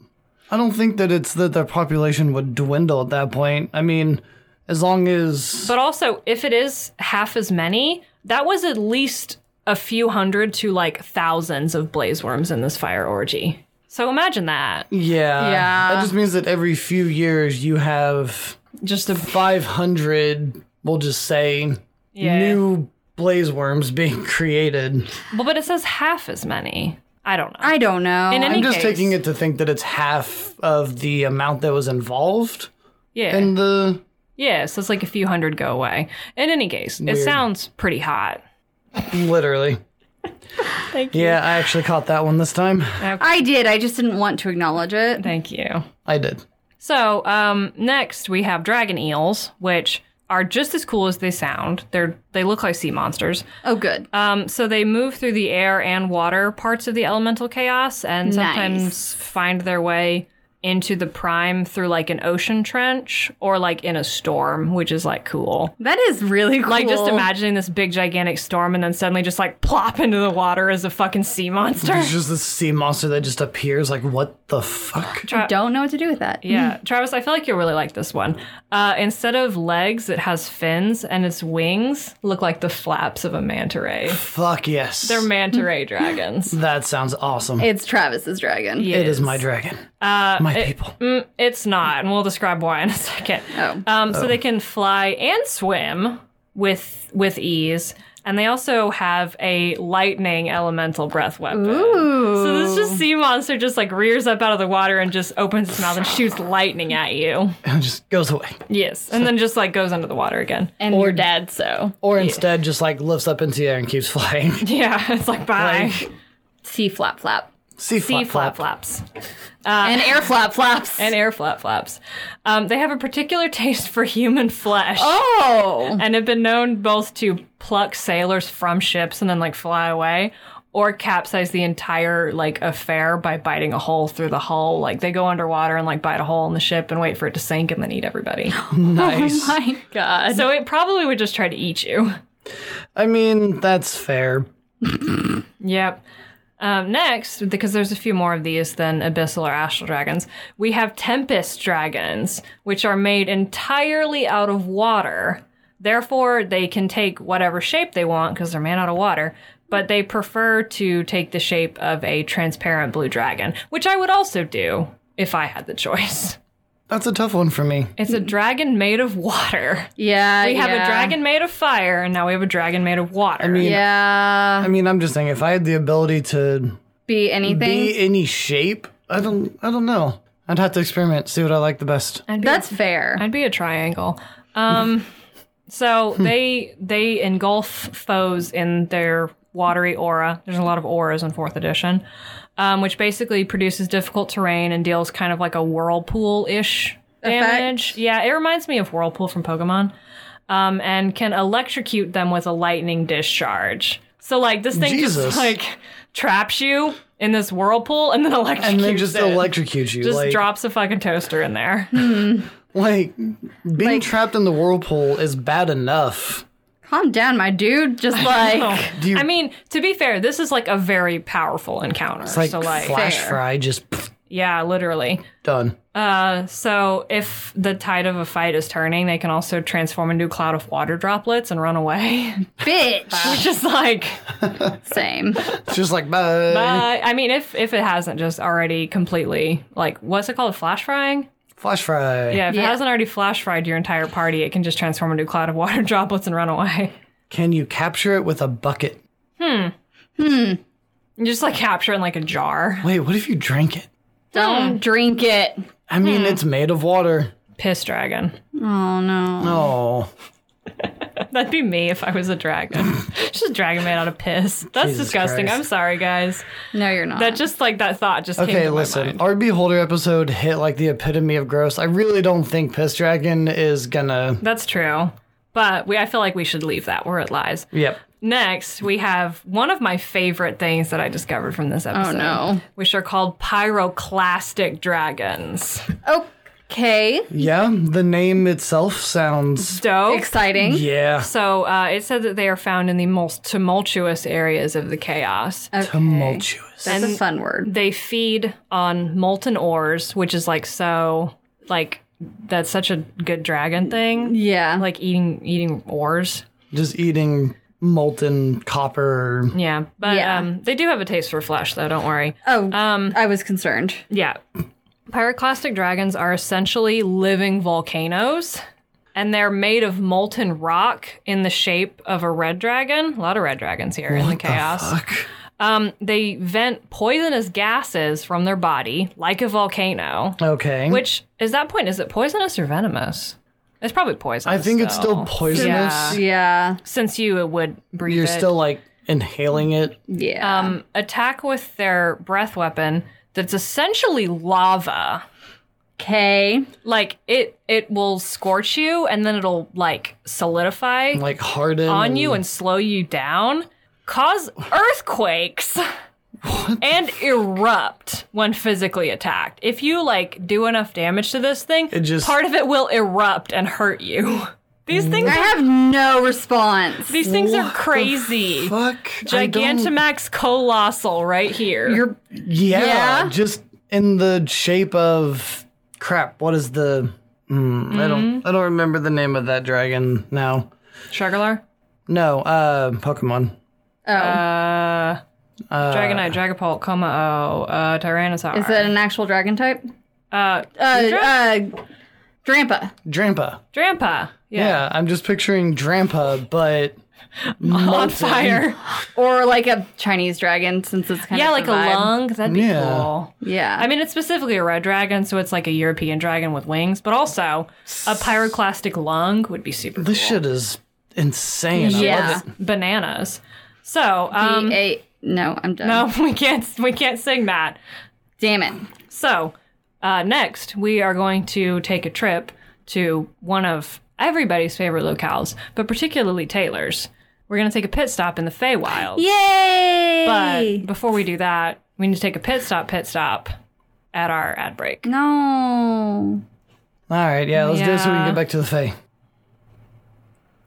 S4: I don't think that it's that their population would dwindle at that point. I mean, as long as
S2: But also, if it is half as many, that was at least a few hundred to like thousands of blaze worms in this fire orgy. So imagine that.
S4: yeah,
S3: Yeah.
S4: that just means that every few years you have
S2: Just a
S4: five hundred. We'll just say
S2: yeah.
S4: new blaze worms being created.
S2: Well, but it says half as many. I don't know.
S3: I don't know.
S2: In any-
S4: I'm just
S2: case.
S4: taking it to think that it's half of the amount that was involved
S2: Yeah.
S4: in the.
S2: yeah, so it's like a few hundred go away. In any case, it
S4: Weird.
S2: sounds pretty hot.
S4: Literally.
S2: Thank you.
S4: Yeah, I actually caught that one this time.
S3: I did. I just didn't want to acknowledge it.
S2: Thank you.
S4: I did.
S2: So, um, next we have dragon eels, which are just as cool as they sound. They're they look like sea monsters.
S3: Oh, good.
S2: Um, so they move through the air and water parts of the elemental chaos and sometimes
S3: Nice.
S2: find their way into the prime through like an ocean trench or like in a storm, which is like cool.
S3: That is really cool.
S2: Like just imagining this big gigantic storm and then suddenly just like plop into the water as a fucking sea monster.
S4: It's just this sea monster that just appears. Like, what the fuck?
S3: I don't know what to do with that.
S2: Yeah, Travis, I feel like you'll really like this one. Uh, instead of legs, it has fins, and its wings look like the flaps of a manta ray.
S4: Fuck yes.
S2: They're manta ray dragons.
S4: that sounds awesome.
S3: It's Travis's dragon.
S4: it is my dragon. Uh, my people.
S2: Mm, it's not, and we'll describe why in a second.
S3: Oh.
S2: Um, so they can fly and swim with with ease, and they also have a lightning elemental breath weapon. So this just sea monster just like rears up out of the water and just opens its mouth and shoots lightning at you.
S4: It just goes away.
S2: Yes, and then just like goes under the water again.
S3: And you're dead, so.
S4: Or instead, just like lifts up into the air and keeps flying.
S2: Yeah, it's like bye.
S3: Sea flap flap.
S4: Sea,
S2: sea flap
S4: flap, flap.
S2: flaps
S3: and air flap flaps.
S2: Uh, and air flap flaps. Um, they have a particular taste for human flesh.
S3: oh.
S2: and have been known both to pluck sailors from ships and then like fly away or capsize the entire like affair by biting a hole through the hull like they go underwater and like bite a hole in the ship and wait for it to sink and then eat everybody Uh,
S4: Nice.
S3: My God.
S2: so it probably would just try to eat you
S4: I mean, that's fair.
S2: yep um, next because there's a few more of these than abyssal or astral dragons we have tempest dragons which are made entirely out of water Therefore, they can take whatever shape they want because they're man out of water, but they prefer to take the shape of a transparent blue dragon, which I would also do if I had the choice.
S4: That's a tough one for me.
S2: It's a dragon made of water.
S3: Yeah.
S2: We have
S3: yeah.
S2: a dragon made of fire, and now we have a dragon made of water.
S4: I
S3: Yeah.
S4: mean, I'm just saying, if I had the ability to
S3: Be anything.
S4: be any shape, I don't, I don't know. I'd have to experiment, see what I like the best.
S2: I'd be
S3: That's fair.
S2: I'd be a triangle. Um, so they they engulf foes in their watery aura. There's a lot of auras in fourth edition, um, which basically produces difficult terrain and deals kind of like a whirlpool ish damage. Yeah, it reminds me of whirlpool from Pokemon, um, and can electrocute them with a lightning discharge. So like this thing
S4: Jesus.
S2: just like traps you in this whirlpool and then electrocutes
S4: and then just
S2: it.
S4: electrocute you.
S2: just
S4: like,
S2: drops a fucking toaster in there.
S4: like being trapped in the whirlpool is bad enough.
S3: Calm down, my dude. Just like
S2: Oh.
S4: Do you-
S2: I mean, to be fair, this is like a very powerful encounter.
S4: It's like,
S2: so like,
S4: flash
S3: Fair.
S4: fry, just pff,
S2: yeah, literally.
S4: done.
S2: Uh, so if the tide of a fight is turning, they can also transform into a cloud of water droplets and run away.
S3: bitch.
S2: Which is like,
S3: Same.
S4: It's just like bye.
S2: uh, I mean, if if it hasn't just already completely like what's it called, flash frying?
S4: Flash fry.
S2: Yeah, if it
S3: Yeah.
S2: hasn't already flash fried your entire party, it can just transform into a cloud of water droplets and run away.
S4: Can you capture it with a bucket?
S2: You just like capture it in like a jar.
S4: Wait, what if you drink it?
S2: Hmm.
S3: Don't drink it.
S4: I mean, it's made of water.
S2: Piss dragon.
S3: Oh
S2: Hmm.
S3: no.
S4: Oh,
S2: That'd be me if I was a dragon. just a dragon made out of piss. That's
S4: Jesus
S2: disgusting.
S4: Christ.
S2: I'm sorry, guys.
S3: No, you're not.
S2: That just like that thought just came
S4: okay.
S2: to my
S4: Listen,
S2: mind.
S4: our beholder episode hit like the epitome of gross. I really don't think piss dragon is gonna.
S2: That's true. But we, I feel like we should leave that where it lies.
S4: Yep.
S2: Next, we have one of my favorite things that I discovered from this episode.
S3: no.
S2: Which are called pyroclastic dragons.
S3: okay.
S4: Yeah, the name itself sounds.
S2: Dope.
S3: Exciting.
S2: Mm-hmm.
S4: Yeah.
S2: So uh, it said that they are found in the most tumultuous areas of the chaos.
S3: Okay.
S4: Tumultuous.
S3: Oh, That's a fun word.
S2: they feed on molten ores, which is like so like that's such a good dragon thing.
S3: Yeah.
S2: Like eating eating ores.
S4: Just eating molten copper.
S2: Yeah. But
S3: Yeah.
S2: um they do have a taste for flesh though, don't worry.
S3: oh,
S2: um,
S3: I was concerned.
S2: Yeah. Pyroclastic dragons are essentially living volcanoes. And they're made of molten rock in the shape of a red dragon. A lot of red dragons here in the chaos.
S4: Fuck.
S2: Um, they vent poisonous gases from their body, like a volcano.
S4: Okay.
S2: Which is that point? Is it poisonous or venomous? It's probably poisonous.
S4: I think it's still
S2: though.
S4: poisonous.
S2: Yeah.
S3: Yeah.
S2: Since you would breathe
S4: You're
S2: it.
S4: still like inhaling it.
S3: Yeah.
S2: um, attack with their breath weapon. That's essentially lava.
S3: Okay.
S2: Like it, it will scorch you, and then it'll like solidify
S4: Like harden.
S2: on you and slow you down, cause earthquakes, and erupt when physically attacked. If you like do enough damage to this thing,
S4: It just-
S2: part of it will erupt and hurt you. These things,
S3: I
S2: are,
S3: have no response.
S2: these things
S4: What
S2: are
S4: the
S2: crazy.
S4: Fuck. I don't-
S2: Gigantamax colossal right here.
S4: You're yeah,
S3: Yeah?
S4: Just in the shape of crap. What is the? Mm, I
S3: Mm-hmm.
S4: don't. I don't remember the name of that dragon now.
S2: Shagalar,
S4: No. Uh, Pokemon.
S3: oh.
S2: uh, Dragonite, Dragapult, Coma O, uh, Tyrannosaur.
S3: Is that an actual dragon type?
S2: uh,
S3: Uh, uh, Drampa.
S4: Drampa.
S2: Drampa?
S4: Yeah.
S2: Yeah,
S4: I'm just picturing Drampa, but
S2: on
S4: molten.
S2: fire.
S3: Or like a Chinese dragon, since it's kind
S2: Yeah,
S3: of
S2: like
S3: the
S2: a
S3: vibe.
S2: lung. That'd be
S4: Yeah.
S2: cool.
S3: Yeah.
S2: I mean, it's specifically a red dragon, so it's like a European dragon with wings, but also a pyroclastic lung would be super
S4: This
S2: cool.
S4: shit is insane. I love
S3: yeah.
S4: it.
S2: Bananas. So, um,
S3: B-A- no, I'm done.
S2: no, we can't we can't sing that.
S3: Damn it.
S2: So, uh, next we are going to take a trip to one of everybody's favorite locales, but particularly Taylor's. We're gonna take a pit stop in the Feywild.
S3: Yay!
S2: But before we do that, we need to take a pit stop, pit stop at our ad break.
S3: no.
S4: All right. Yeah. Let's do it so we
S2: Yeah.
S4: can get back to the Fae.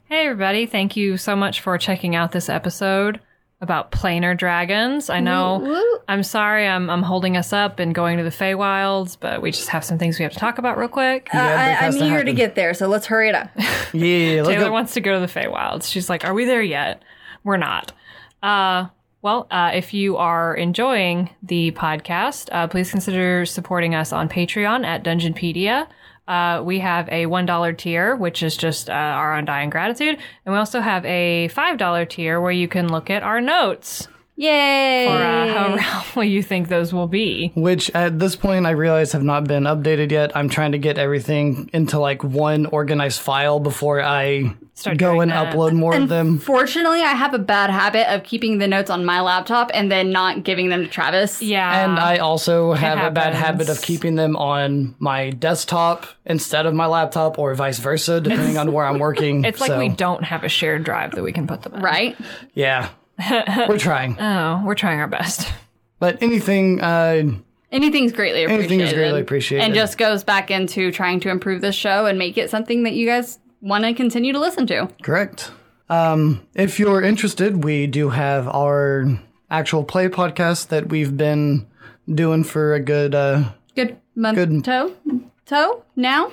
S2: Hey, everybody. Thank you so much for checking out this episode about planar dragons. I know I'm sorry I'm, I'm holding us up and going to the Feywilds, but we just have some things we have to talk about real quick.
S4: break
S3: I,
S4: has
S3: I'm
S4: to
S3: eager to
S4: happen.
S3: get there, so let's hurry it up.
S4: Yeah. Let's
S2: Taylor
S4: go.
S2: wants to go to the Feywilds. She's like, Are we there yet? We're not. Uh, well, uh, if you are enjoying the podcast, uh, please consider supporting us on Patreon at Dungeonpedia. Uh, we have a $1 tier, which is just uh, our undying gratitude. And we also have a $5 tier where you can look at our notes
S3: Yay!
S2: or uh, how helpful you think those will be.
S4: which at this point I realize have not been updated yet. I'm trying to get everything into like one organized file before I
S2: Start
S4: go
S2: doing
S4: and
S2: that.
S4: upload more of them.
S3: Fortunately, I have a bad habit of keeping the notes on my laptop and then not giving them to Travis.
S2: Yeah.
S4: And I also have a bad habit of
S2: uh, happens.
S4: keeping them on my desktop instead of my laptop or vice versa, depending on where I'm working.
S2: it's like
S4: So,
S2: we don't have a shared drive that we can put them in.
S3: Right?
S4: Yeah. We're trying.
S2: Oh, we're trying our best.
S4: But anything, uh,
S3: Anything's greatly appreciated.
S4: Anything is greatly appreciated.
S3: And just goes back into trying to improve this show and make it something that you guys want to continue to listen to.
S4: correct. Um, if you're interested, we do have our actual play podcast that we've been doing for a good uh,
S3: Good month.
S4: Good-
S3: Toe? Toe? Now?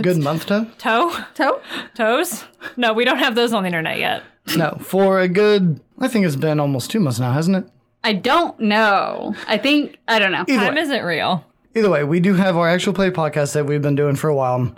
S4: good month to
S2: Toe?
S3: Toe?
S2: Toes? No, we don't have those on the internet yet.
S4: no for a good. I think it's been almost two months now, hasn't it?
S3: I don't know. I think, I don't know.
S2: Time isn't real.
S4: Either way, we do have our actual play podcast that we've been doing for a while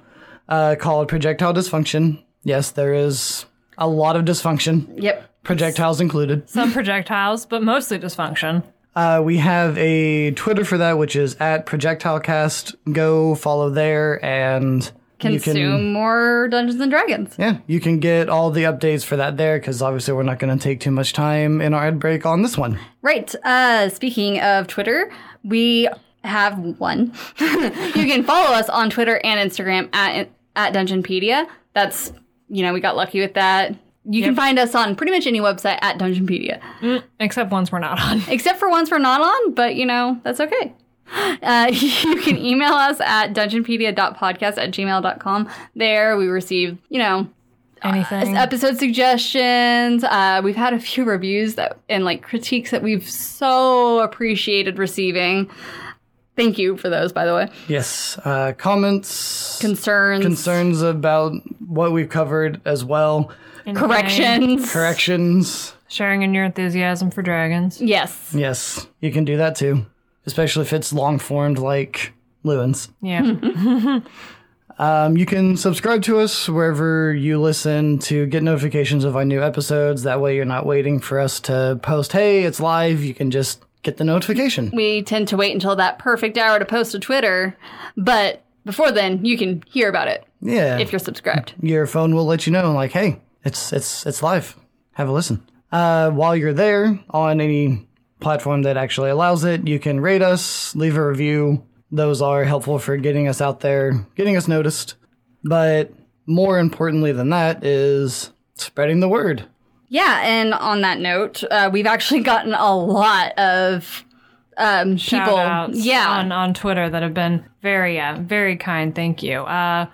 S4: uh, called Projectile Dysfunction. Yes, there is a lot of dysfunction,
S3: Yep.
S4: projectiles included.
S2: Some projectiles, but mostly dysfunction.
S4: Uh, we have a Twitter for that, which is at ProjectileCast. Go follow there and you
S3: Consume
S4: can.
S3: more Dungeons and Dragons.
S4: Yeah, you can get all the updates for that there because obviously we're not going to take too much time in our ad break on this one.
S3: Right. Uh, speaking of Twitter, we have one. you can follow us on Twitter and Instagram at at Dungeonpedia. That's you know we got lucky with that. You can find us on pretty much any website at Dungeonpedia,
S2: Except ones we're not on.
S3: except for ones we're not on. But you know that's okay. Uh, you can email us at dungeonpedia.podcast at gmail.com. There we receive, you know,
S2: Anything.
S3: episode suggestions. Uh, we've had a few reviews that and like critiques that we've so appreciated receiving. Thank you for those, by the way.
S4: Yes, uh, comments,
S3: Concerns,
S4: concerns about what we've covered as well,
S3: corrections,
S4: corrections.
S2: Sharing in your enthusiasm for dragons.
S3: Yes,
S4: Yes, you can do that too, especially if it's long formed like Lewin's.
S2: Yeah.
S4: Um, you can subscribe to us wherever you listen to get notifications of our new episodes. That way, you're not waiting for us to post, hey, it's live. You can just get the notification.
S3: we tend to wait until that perfect hour to post to Twitter, but before then, you can hear about it
S4: Yeah.
S3: if you're subscribed.
S4: your phone will let you know like hey it's it's it's live have a listen uh, while you're there on any platform that actually allows it you can rate us leave a review those are helpful for getting us out there getting us noticed but more importantly than that is spreading the word
S3: Yeah, and on that note, uh, we've actually gotten a lot of um, people.
S2: Shout-outs
S3: yeah,
S2: on on Twitter that have been very uh, very kind. Thank you. Uh,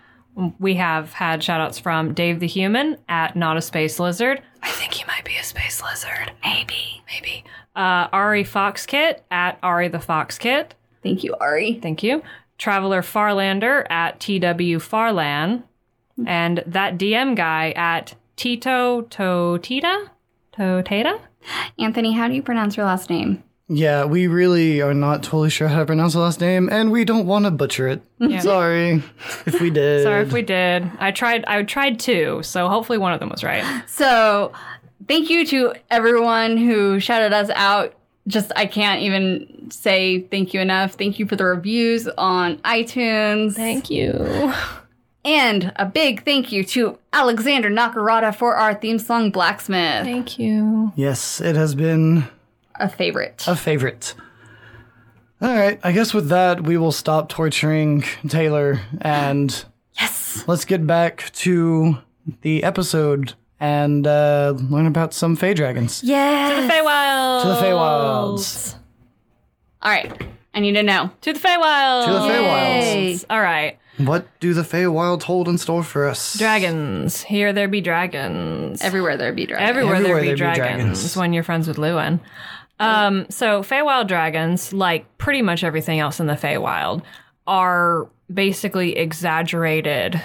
S2: we have had shout outs from Dave the Human at Not a Space Lizard. I think he might be a space lizard. Maybe, maybe. Uh, Ari Foxkit at Ari the Foxkit.
S3: thank you, Ari.
S2: Thank you. Traveler Farlander at TW Farlan. And that DM guy at Tito Totita? Totata?
S3: Anthony, how do you pronounce your last name?
S4: yeah we really are not totally sure how to pronounce the last name and we don't want to butcher it sorry if we did
S2: Sorry if we did. I tried. I tried two, so hopefully one of them was right.
S3: So, thank you to everyone who shouted us out. Just, I can't even say thank you enough. Thank you for the reviews on iTunes.
S2: you.
S3: And a big thank you to Alexander Nakarada for our theme song, Blacksmith.
S2: Thank you.
S4: yes it has been
S3: a favorite.
S4: a favorite. All right, I guess with that, we will stop torturing Taylor and
S3: yes.
S4: let's get back to the episode and uh, learn about some Fey dragons.
S3: Yeah.
S2: Feywilds.
S4: To the Feywilds.
S3: All right. I need to know.
S2: To the Feywilds.
S4: To the Feywilds.
S3: Yay.
S2: All right.
S4: What do the Feywild hold in store for us?
S2: Dragons. Here there be dragons.
S3: Everywhere there be dragons.
S2: Everywhere,
S4: Everywhere
S2: there be,
S4: there be
S2: dragons,
S4: dragons.
S2: when you're friends with Lewin. Um, so Feywild dragons, like pretty much everything else in the Feywild, are basically exaggerated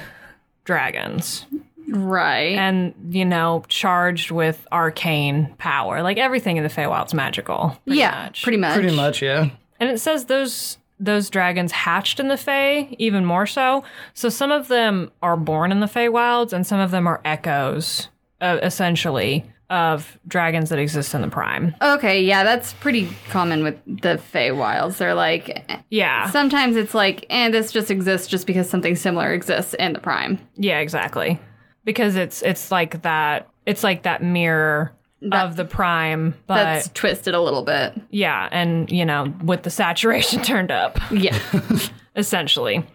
S2: dragons.
S3: right.
S2: and you know charged with arcane power like everything in the Feywild's magical pretty
S3: yeah.
S2: much.
S3: Pretty much.
S4: Pretty much, yeah.
S2: and it says those those dragons hatched in the Fey even more so so some of them are born in the Feywilds and some of them are echoes uh, essentially of dragons that exist in the prime
S3: Okay. Yeah. That's pretty common with the Feywilds. They're like,
S2: yeah
S3: Sometimes it's like, and this just exists just because something similar exists in the prime.
S2: yeah exactly because it's it's like that it's like that mirror of the prime but
S3: That's twisted a little bit.
S2: yeah and you know with the saturation turned up
S3: Yeah.
S2: essentially.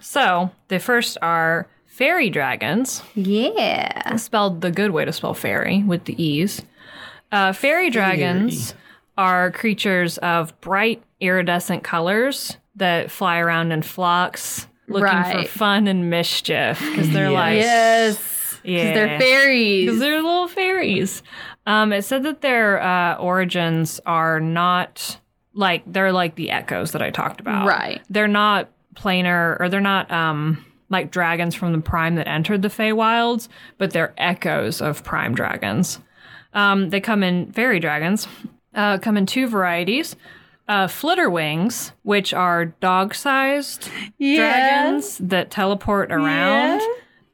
S2: So the first are fairy dragons,
S3: yeah.
S2: spelled the good way to spell fairy with the E's. Uh, fairy dragons are creatures of bright iridescent colors that fly around in flocks looking
S3: Right.
S2: for fun and mischief because they're like
S3: Yes.
S2: Yeah.
S3: Because they're fairies.
S2: because they're little fairies. Um, it said that their uh, origins are not like they're like the echoes that I talked about.
S3: Right.
S2: They're not planar or they're not um, like dragons from the prime that entered the Feywilds, but they're echoes of prime dragons. Um, they come in fairy dragons. Uh, come in two varieties. Uh, flitterwings, which are dog-sized dragons that teleport around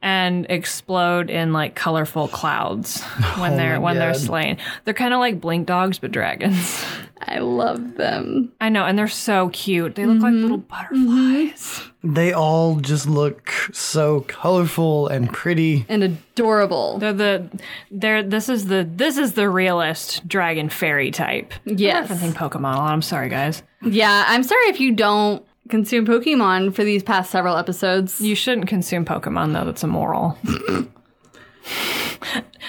S2: and explode in like colorful clouds when they're when they're
S4: Oh God.
S2: slain. They're kind of like blink dogs but dragons.
S3: I love them.
S2: I know, and they're so cute. They look
S4: Mm-hmm.
S2: like little butterflies.
S4: They all just look so colorful and pretty.
S3: And adorable.
S2: They're the they're this is the this is the realist dragon fairy type.
S3: Yes.
S2: I think Pokemon a lot. I'm sorry guys.
S3: Yeah, I'm sorry if you don't consume Pokemon for these past several episodes.
S2: You shouldn't consume Pokemon though. That's immoral.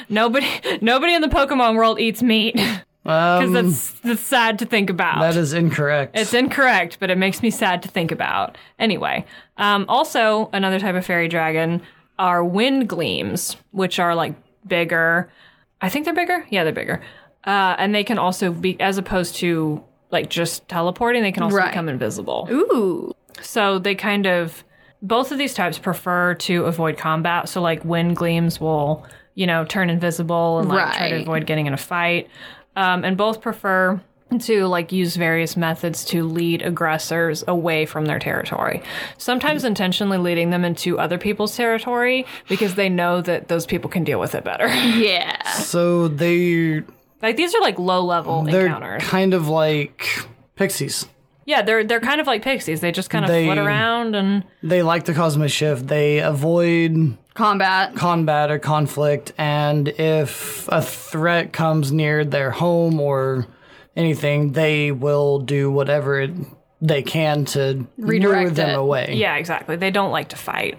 S2: nobody nobody in the Pokemon world eats meat. Because
S4: Um,
S2: that's that's sad to think about.
S4: that is incorrect.
S2: It's incorrect, but it makes me sad to think about. Anyway, um, also another type of fairy dragon are wind gleams, which are like bigger. I think they're bigger. Yeah, they're bigger, uh, and they can also be as opposed to like just teleporting. They can also
S3: Right.
S2: become invisible.
S3: Ooh.
S2: So they kind of both of these types prefer to avoid combat. So like wind gleams will, you know, turn invisible and like try to
S3: Right.
S2: avoid getting in a fight. Um, and both prefer to like use various methods to lead aggressors away from their territory. Sometimes intentionally leading them into other people's territory because they know that those people can deal with it better.
S3: Yeah.
S4: so they
S2: like these are like low level
S4: they're
S2: encounters.
S4: kind of like pixies.
S2: Yeah, they're they're kind of like pixies. They just kind of
S4: They-
S2: flit around and
S4: They like to cause mischief. They avoid
S3: Combat.
S4: combat or conflict, and if a threat comes near their home or anything, they will do whatever it, they can to lure
S3: Redirect
S4: them
S3: it.
S4: away.
S2: Yeah, exactly. They don't like to fight.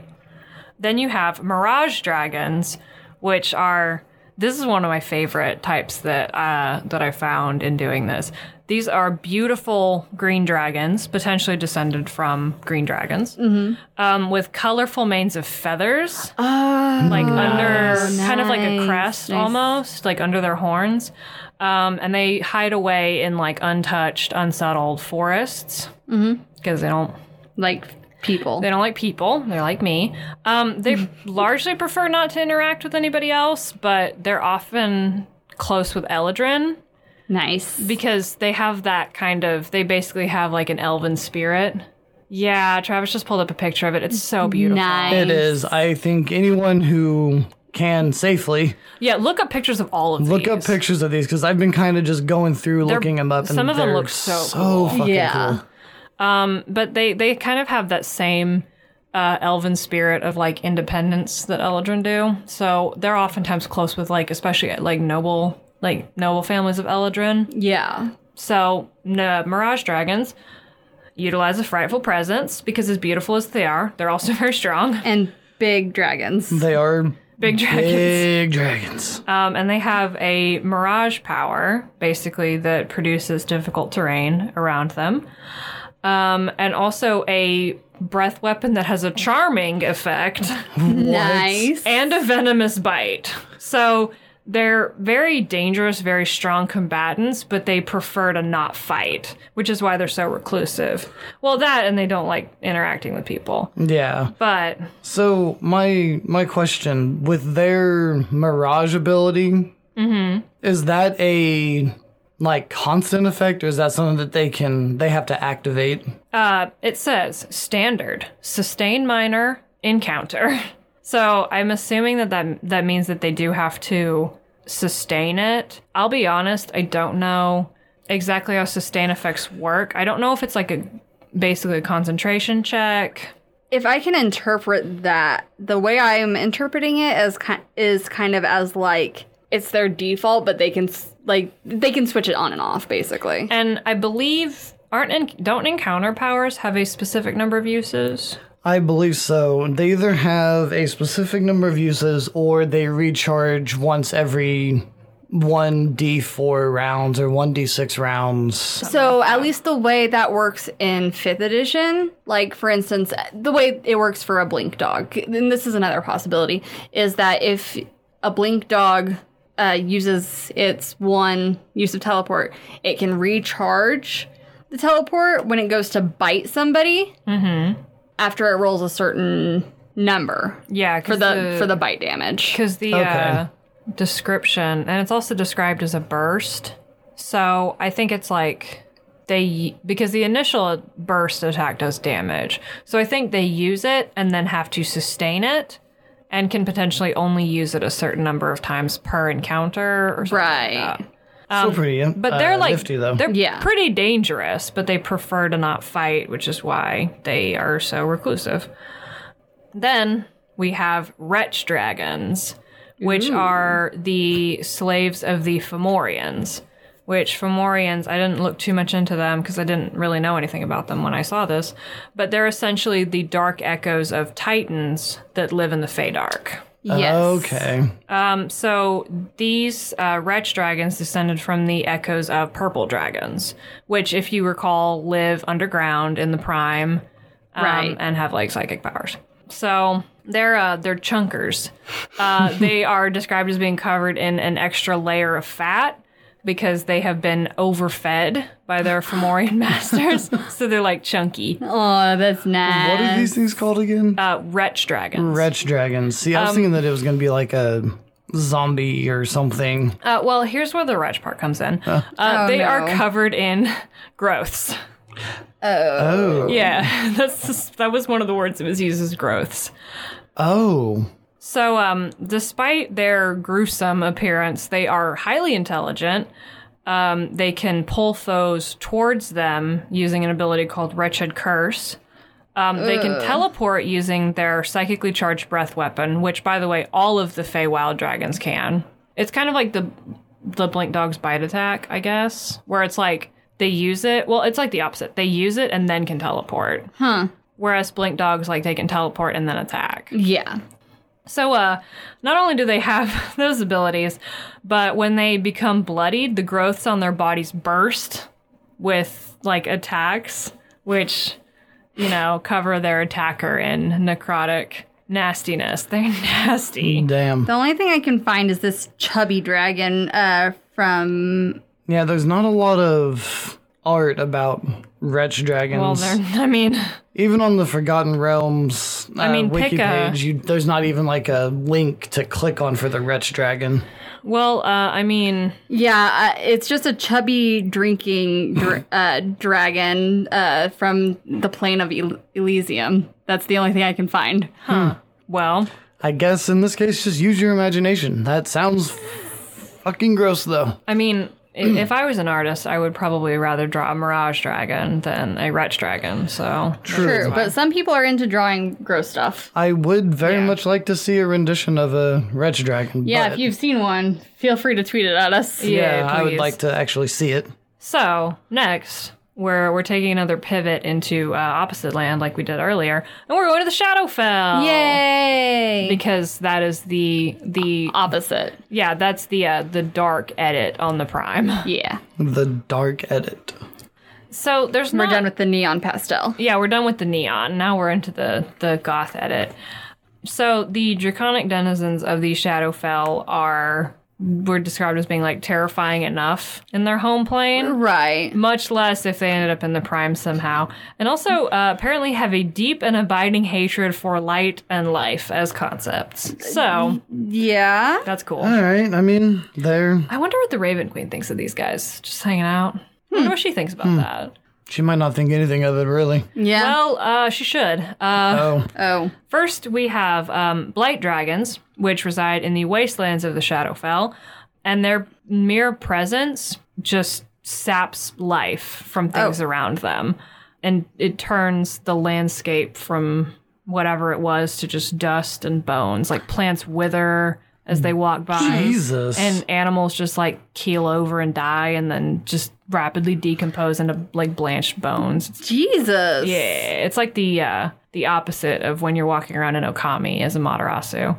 S2: Then you have mirage dragons, which are this is one of my favorite types that uh, that I found in doing this. These are beautiful green dragons, potentially descended from green dragons,
S3: Mm-hmm.
S2: um, with colorful manes of feathers, like under kind of like a
S3: Oh, nice,
S2: crest
S3: nice.
S2: almost, like under their horns, um, and they hide away in like untouched, unsettled forests
S3: Mm-hmm.
S2: because they don't
S3: Like people.
S2: they don't like people. They're like me. Um, they largely prefer not to interact with anybody else, but they're often close with Eladrin
S3: Nice.
S2: because they have that kind of. They basically have like an elven spirit. Yeah, Travis just pulled up a picture of it. It's so beautiful.
S3: Nice.
S4: It is. I think anyone who can safely
S2: Yeah, look up pictures of all of
S4: look
S2: these.
S4: up pictures of these because I've been kind of just going through looking them up. And
S2: some of them
S4: they're
S2: look so cool.
S4: fucking
S3: Yeah.
S4: cool.
S2: But they they kind of have that same uh, elven spirit of like independence that Eladrin do. So they're oftentimes close with like especially like noble like noble families of Eladrin.
S3: Yeah.
S2: So, no, Mirage Dragons utilize a frightful presence because, as beautiful as they are, they're also very strong.
S3: And big dragons.
S4: They are
S2: Big dragons.
S4: big dragons.
S2: Um, and they have a mirage power, basically, that produces difficult terrain around them. Um, and also a breath weapon that has a charming effect
S3: Nice.
S2: and a venomous bite. So, they're very dangerous, very strong combatants, but they prefer to not fight, which is why they're so reclusive. Well, that and they don't like interacting with people.
S4: Yeah.
S2: But
S4: So my my question with their mirage ability
S2: Mm-hmm.
S4: is that a like constant effect or is that something that they can they have to activate?
S2: uh, it says standard, sustain minor, encounter. So I'm assuming that, that that means that they do have to sustain it. I'll be honest, I don't know exactly how sustain effects work. I don't know if it's like a basically a concentration check.
S3: if I can interpret that, the way I'm interpreting it as ki- is kind of as like it's their default, but they can s- like they can switch it on and off basically.
S2: And I believe aren't en- don't encounter powers have a specific number of uses?
S4: I believe so. They either have a specific number of uses or they recharge once every one d4 rounds or one d6 rounds.
S3: So at least the way that works in fifth edition, like for instance, the way it works for a blink dog, and this is another possibility, is that if a blink dog uh, uses its one use of teleport, it can recharge the teleport when it goes to bite somebody Mm-hmm. after it rolls a certain number
S2: Yeah,
S3: for the, for the bite damage.
S2: because the uh, description and it's also described as a burst. So I think it's like they because the initial burst attack does damage. So I think they use it and then have to sustain it and can potentially only use it a certain number of times per encounter or something like
S3: Right.
S2: that.
S4: Still pretty, uh,
S2: Um, But they're like
S4: nifty though.
S2: they're
S3: Yeah.
S2: pretty dangerous, but they prefer to not fight, which is why they are so reclusive. Then we have wretch dragons, which are the slaves of the Fomorians. Which Fomorians, I didn't look too much into them because I didn't really know anything about them when I saw this, but they're essentially the dark echoes of Titans that live in the Feydark.
S3: Yes.
S4: Okay.
S2: So these uh, wretch dragons descended from the echoes of purple dragons, which, if you recall, live underground in the prime, um,
S3: Right.
S2: and have like psychic powers. So they're uh, they're chunkers. Uh, they are described as being covered in an extra layer of fat because they have been overfed by their Fomorian masters, so they're like chunky
S3: Oh, that's nice.
S4: What are these things called again?
S2: uh, wretch dragons.
S4: Wretch dragons. See, I was thinking that it was gonna be like a zombie or something.
S2: Uh, well, here's where the wretch part comes in. Uh, they are
S3: no.
S2: covered in growths.
S4: Oh.
S2: Yeah, that's just, that was one of the words that was used as growths.
S4: Oh.
S2: So, um, despite their gruesome appearance, they are highly intelligent. Um, they can pull foes towards them using an ability called Wretched Curse. Um, they can teleport using their psychically charged breath weapon, which, by the way, all of the Feywild dragons can. It's kind of like the the blink dog's bite attack, I guess, where it's like they use it. Well, it's like the opposite. They use it and then can teleport. Huh. Whereas blink dogs, like they can teleport and then attack.
S3: Yeah.
S2: So, uh, not only do they have those abilities, but when they become bloodied, the growths on their bodies burst with like attacks, which, you know, cover their attacker in necrotic nastiness. They're nasty.
S4: Damn.
S3: The only thing I can find is this chubby dragon uh, from.
S4: Yeah, there's not a lot of art about wretch dragons.
S2: Well, they're, I mean,
S4: even on the Forgotten Realms uh,
S2: I mean,
S4: wiki
S2: pick a-
S4: page, you, there's not even like a link to click on for the wretch dragon.
S2: well, uh, I mean,
S3: Yeah, uh, it's just a chubby drinking dr- uh, dragon uh, from the plane of El- Elysium. That's the only thing I can find.
S2: well,
S4: I guess in this case, just use your imagination. That sounds fucking gross, though.
S2: I mean, i- if I was an artist, I would probably rather draw a mirage dragon than a wretch dragon. So,
S3: True, but some people are into drawing gross stuff.
S4: I would very
S2: Yeah.
S4: much like to see a rendition of a wretch dragon.
S3: Yeah,
S4: but-
S3: if you've seen one, feel free to tweet it at us.
S4: yeah, I would
S2: please.
S4: like to actually see it.
S2: So next, we're we're taking another pivot into uh, opposite land, like we did earlier, and we're going to the Shadowfell.
S3: Yay!
S2: Because that is the the
S3: Opposite.
S2: yeah that's the uh, the dark edit on the prime.
S3: Yeah.
S4: The dark edit.
S2: So there's
S3: We're
S2: not,
S3: done with the neon pastel.
S2: yeah we're done with the neon. Now we're into the the goth edit. So the draconic denizens of the Shadowfell are were described as being like terrifying enough in their home plane.
S3: Right.
S2: much less if they ended up in the prime somehow. And also, uh, apparently, have a deep and abiding hatred for light and life as concepts. So
S3: Yeah.
S2: that's cool.
S4: All right, I mean, there.
S2: I wonder what the Raven Queen thinks of these guys just hanging out. I wonder what she thinks about that.
S4: She might not think anything of it, really.
S3: Yeah.
S2: Well, uh, she should. Uh,
S4: Oh,
S3: oh.
S2: first, we have um, Blight Dragons, which reside in the wastelands of the Shadowfell, and their mere presence just saps life from things around them. and it turns the landscape from whatever it was to just dust and bones. Like plants wither as they walk by.
S4: Jesus.
S2: And animals just like keel over and die and then just rapidly decompose into like blanched bones. It's,
S3: Jesus.
S2: yeah, it's like the uh, the opposite of when you're walking around in Okami as a Matarasu.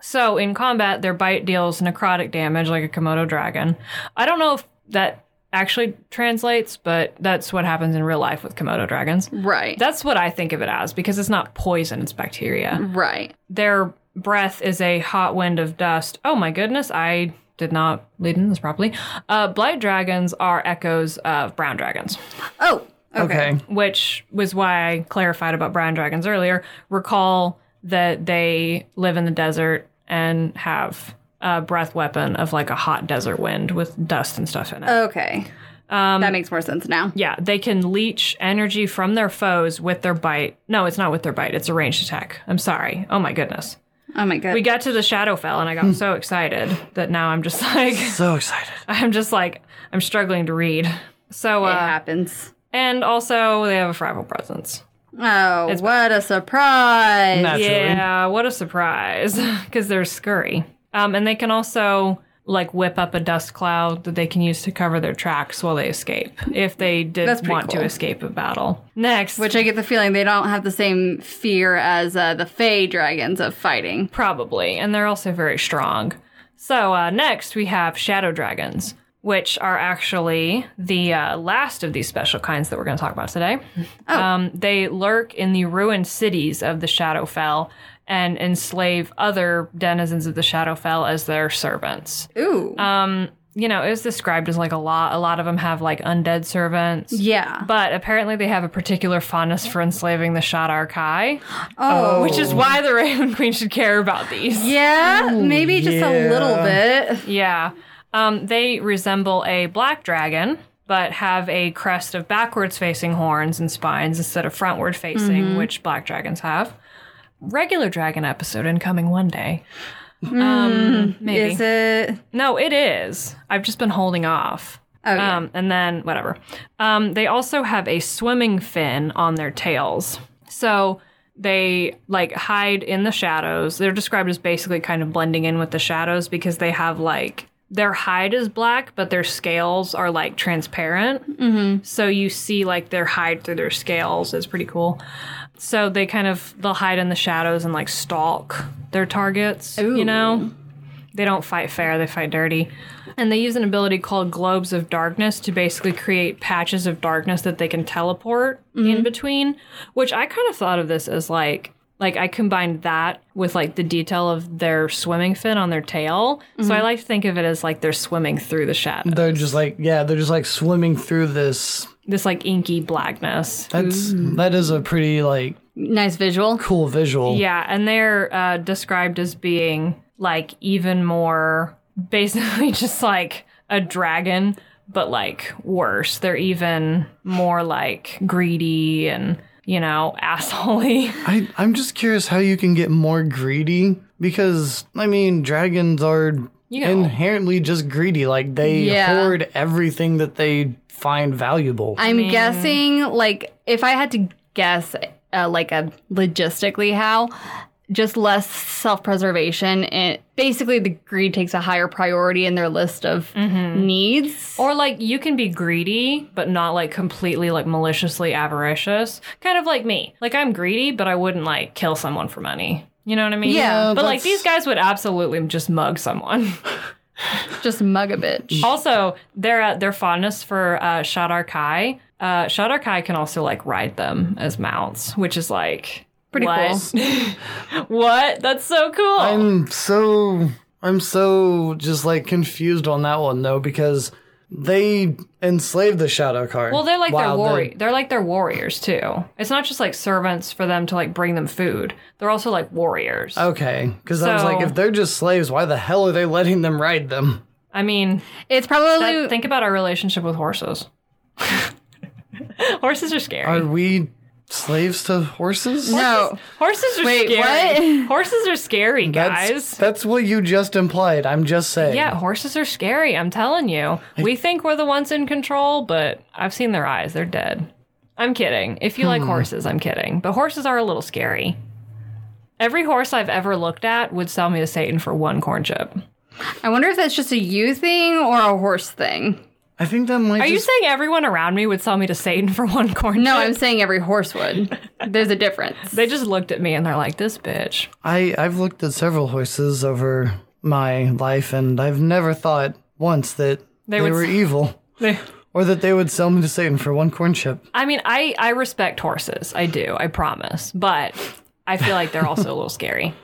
S2: So in combat, their bite deals necrotic damage like a Komodo dragon. I don't know if that actually translates, but that's what happens in real life with Komodo dragons.
S3: Right.
S2: That's what I think of it as because it's not poison, it's bacteria.
S3: right.
S2: Their breath is a hot wind of dust. Oh my goodness, I did not lead in this properly. Uh, blight dragons are echoes of brown dragons
S3: Oh, okay.
S4: Okay.
S2: which was why I clarified about brown dragons earlier. Recall that they live in the desert and have a breath weapon of like a hot desert wind with dust and stuff
S3: Uh.
S2: in it.
S3: Okay.
S2: Um,
S3: that makes more sense now.
S2: yeah, they can leech energy from their foes with their bite. No, it's not with their bite, it's a ranged attack. I'm sorry. Oh my goodness.
S3: Oh my god.
S2: We got to the Shadowfell and I got so excited that now I'm just like,
S4: So excited.
S2: I'm just like, I'm struggling to read. So,
S3: it
S2: uh,
S3: happens.
S2: and also they have a Frival presence.
S3: Oh, what a surprise.
S4: Naturally.
S2: Yeah, what a surprise. Because they're scurry. Um, and they can also like whip up a dust cloud that they can use to cover their tracks while they escape if they did
S3: That's
S2: not
S3: pretty
S2: want to
S3: cool.
S2: escape a battle. Next,
S3: Which I get the feeling they don't have the same fear as uh, the Fey dragons of fighting.
S2: probably, and they're also very strong. So uh, next we have shadow dragons, which are actually the uh, last of these special kinds that we're going to talk about today.
S3: Oh.
S2: Um, they lurk in the ruined cities of the Shadowfell and enslave other denizens of the Shadowfell as their servants.
S3: Ooh.
S2: um, you know, it was described as like a lot. A lot of them have like undead servants.
S3: yeah.
S2: But apparently they have a particular fondness for enslaving the Shadar Kai,
S3: Oh.
S2: which is why the Raven Queen should care about these.
S3: yeah, maybe just a little bit.
S2: Yeah. Um, they resemble a black dragon, but have a crest of backwards facing horns and spines instead of frontward facing, which black dragons have. Regular dragon episode incoming one day. Um, maybe.
S3: Is it?
S2: No, it is. I've just been holding off.
S3: Oh, yeah.
S2: Um, and then whatever. Um, they also have a swimming fin on their tails. So they like hide in the shadows. They're described as basically kind of blending in with the shadows because they have like their hide is black, but their scales are like transparent. Mm-hmm. So you see like their hide through their scales. It's pretty cool. So they kind of they'll hide in the shadows and like stalk their targets. You know, they don't fight fair, they fight dirty. And they use an ability called Globes of Darkness to basically create patches of darkness that they can teleport in between, which I kind of thought of this as like like I combined that with like the detail of their swimming fin on their tail. So I like to think of it as like they're swimming through the shadow.
S4: They're just like yeah, they're just like swimming through this.
S2: This like inky blackness.
S4: That's
S2: Mm.
S4: that is a pretty like
S3: Nice visual.
S4: cool visual.
S2: Yeah, and they're uh, described as being like even more basically just like a dragon, but like worse. They're even more like greedy and you know assholey.
S4: I, I'm just curious how you can get more greedy because I mean dragons are
S2: You know.
S4: inherently just greedy. Like they
S3: Yeah.
S4: hoard everything that they find valuable.
S3: I'm guessing, like, if I had to guess, uh, like, a logistically how, just less self preservation. It basically the greed takes a higher priority in their list of
S2: Mm-hmm.
S3: needs.
S2: or like you can be greedy, but not like completely like maliciously avaricious. Kind of like me. Like I'm greedy, but I wouldn't like kill someone for money. You know what I mean?
S3: Yeah,
S2: But like
S4: that's-
S2: these guys would absolutely just mug someone.
S3: Just mug a bitch.
S2: Also, their uh, their fondness for uh, Shadar Kai. Uh, Shadar Kai can also like ride them as mounts, which is like
S3: Pretty
S2: what? what? That's so cool.
S4: I'm so I'm so just like confused on that one though because they enslaved the shadow card.
S2: well, they're like
S4: Wow,
S2: their
S4: the-
S2: warri- They're like their warriors too. It's not just like servants for them to like bring them food. They're also like warriors.
S4: Okay, because I was
S2: So-
S4: like, if they're just slaves, why the hell are they letting them ride them?
S2: I mean,
S3: It's probably.
S2: that- think about our relationship with horses. horses are scary.
S4: Are we slaves to horses?
S3: no.
S2: horses are
S3: Wait,
S2: scary. Horses are scary, guys.
S4: That's, that's what you just implied. I'm just saying.
S2: Yeah, horses are scary. I'm telling you. We think we're the ones in control, but I've seen their eyes. They're dead. I'm kidding. If you like horses, I'm kidding. But horses are a little scary. Every horse I've ever looked at would sell me to Satan for one corn chip.
S3: I wonder if that's just a you thing or a horse thing.
S4: I I think that might.
S2: Are you
S4: just,
S2: saying everyone around me would sell me to Satan for one corn?
S3: No,
S2: chip?
S3: I'm saying every horse would. There's a difference.
S2: They just looked at me and they're like, "This bitch."
S4: I I've looked at several horses over my life, and I've never thought once that they,
S2: would
S4: were
S2: s-
S4: evil
S2: They-
S4: or that they would sell me to Satan for one corn chip.
S2: I mean, I I respect horses. I do. I promise. But I feel like they're also a little scary.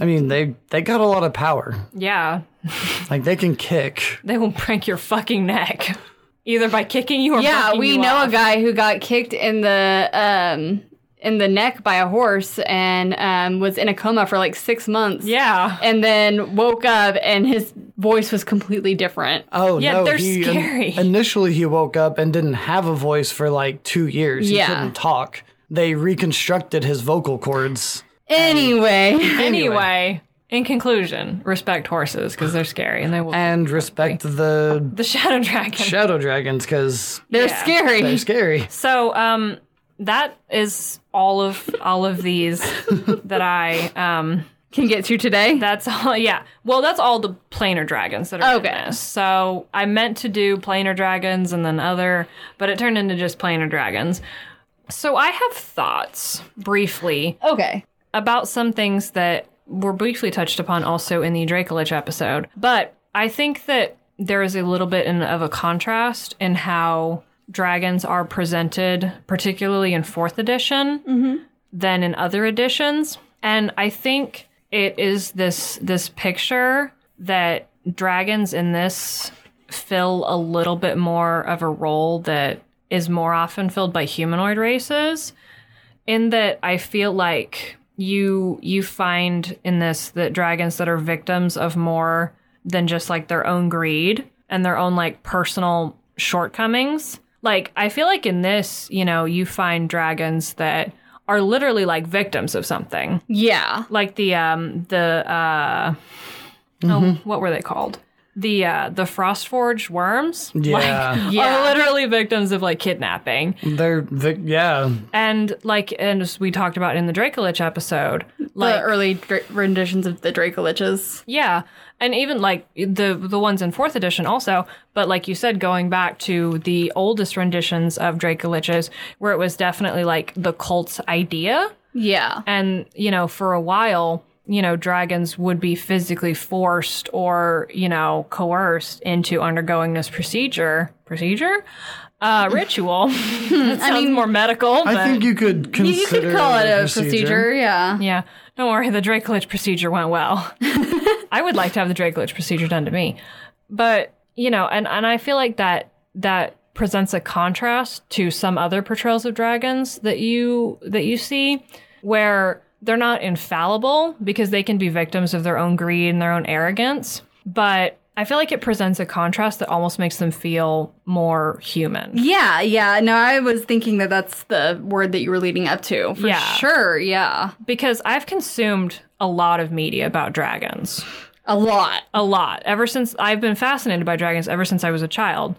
S4: I mean, they they got a lot of power.
S2: Yeah,
S4: Like they can kick.
S2: they will break your fucking neck, either by kicking you or
S3: Yeah,
S2: bucking
S3: we
S2: you
S3: know
S2: off.
S3: a guy who got kicked in the um in the neck by a horse and um was in a coma for like six months.
S2: Yeah.
S3: And then woke up and his voice was completely different.
S4: Oh
S2: Yeah,
S4: no!
S2: they're
S4: he, in-
S2: scary.
S4: initially, he woke up and didn't have a voice for like two years.
S3: Yeah.
S4: He couldn't talk. They reconstructed his vocal cords.
S3: Anyway.
S2: Anyway. in conclusion, respect horses because they're scary and they will.
S4: and respect the
S2: the shadow dragon.
S4: shadow dragons because
S3: They're
S2: Yeah.
S3: scary.
S4: they're scary.
S2: So, um, that is all of all of these that I um.
S3: Can get you today.
S2: That's all. Yeah. Well, that's all the planar dragons that are
S3: Okay.
S2: in this. So I meant to do planar dragons and then other, but it turned into just planar dragons. So I have thoughts briefly
S3: okay.
S2: about some things that were briefly touched upon also in the Dracolich episode. But I think that there is a little bit in, of a contrast in how dragons are presented, particularly in fourth edition, than in other editions. And I think it is this this picture that dragons in this fill a little bit more of a role that is more often filled by humanoid races in that I feel like you you find in this that dragons that are victims of more than just like their own greed and their own like personal shortcomings. Like I feel like in this, you know, you find dragons that are literally like victims of something.
S3: Yeah.
S2: Like the um the uh oh, what were they called? The uh the Frostforge worms
S4: Yeah,
S2: are
S3: Yeah.
S2: literally victims of like kidnapping.
S4: they're the, yeah.
S2: And like, and as we talked about in the Dracolich episode, like,
S3: the early dra- renditions of the Dracoliches.
S2: yeah, and even like the the ones in fourth edition also. But like you said, going back to the oldest renditions of Dracoliches, where it was definitely like the cult's idea,
S3: Yeah.
S2: and you know, for a while, you know, dragons would be physically forced or you know coerced into undergoing this procedure procedure uh, ritual. that sounds more medical.
S4: I
S2: but-
S4: think you could
S3: You, you
S4: consider
S3: could call it a procedure.
S4: procedure.
S3: Yeah.
S2: Yeah. Don't worry, the Dracolich procedure went well. I would like to have the Dracolich procedure done to me. But, you know, and, and I feel like that that presents a contrast to some other portrayals of dragons that you that you see where they're not infallible because they can be victims of their own greed and their own arrogance. But I feel like it presents a contrast that almost makes them feel more human.
S3: Yeah, yeah. No, I was thinking that that's the word that you were leading up to. For
S2: Yeah.
S3: sure. Yeah.
S2: Because I've consumed a lot of media about dragons.
S3: A lot.
S2: a lot ever since I've been fascinated by dragons ever since I was a child.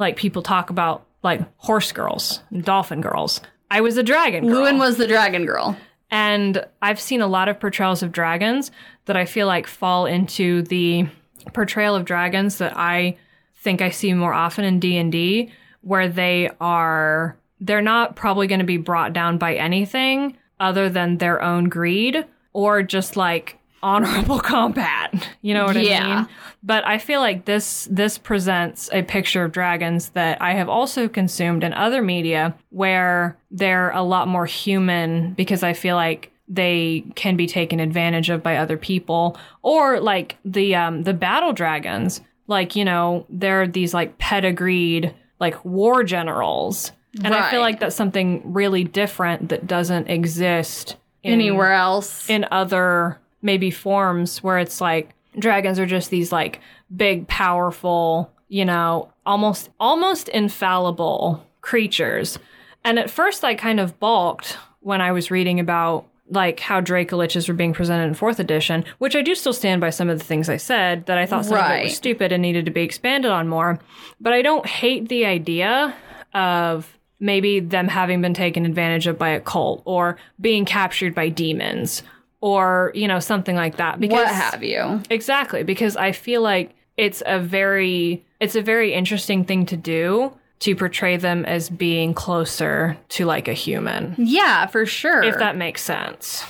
S2: Like people talk about like horse girls, and dolphin girls. I was a dragon girl,
S3: Lewin was the dragon girl.
S2: and I've seen a lot of portrayals of dragons that I feel like fall into the portrayal of dragons that I think I see more often in D and D, where they are they're not probably going to be brought down by anything other than their own greed or just like honorable combat. You know what I
S3: Yeah.
S2: mean? But I feel like this this presents a picture of dragons that I have also consumed in other media where they're a lot more human because I feel like they can be taken advantage of by other people or like the um the battle dragons like you know they're these like pedigreed like war generals and I feel
S3: Right.
S2: like that's something really different that doesn't exist in-
S3: Anywhere else.
S2: in other maybe forms where it's like dragons are just these like big powerful you know almost almost infallible creatures and at first i kind of balked when i was reading about like how dracoliches were being presented in fourth edition which i do still stand by some of the things i said that i thought some of it
S3: Right.
S2: was stupid and needed to be expanded on more but i don't hate the idea of maybe them having been taken advantage of by a cult or being captured by demons or you know something like that because
S3: what have you.
S2: exactly because i feel like it's a very it's a very interesting thing to do to portray them as being closer to like a human
S3: Yeah, for sure.
S2: if that makes sense.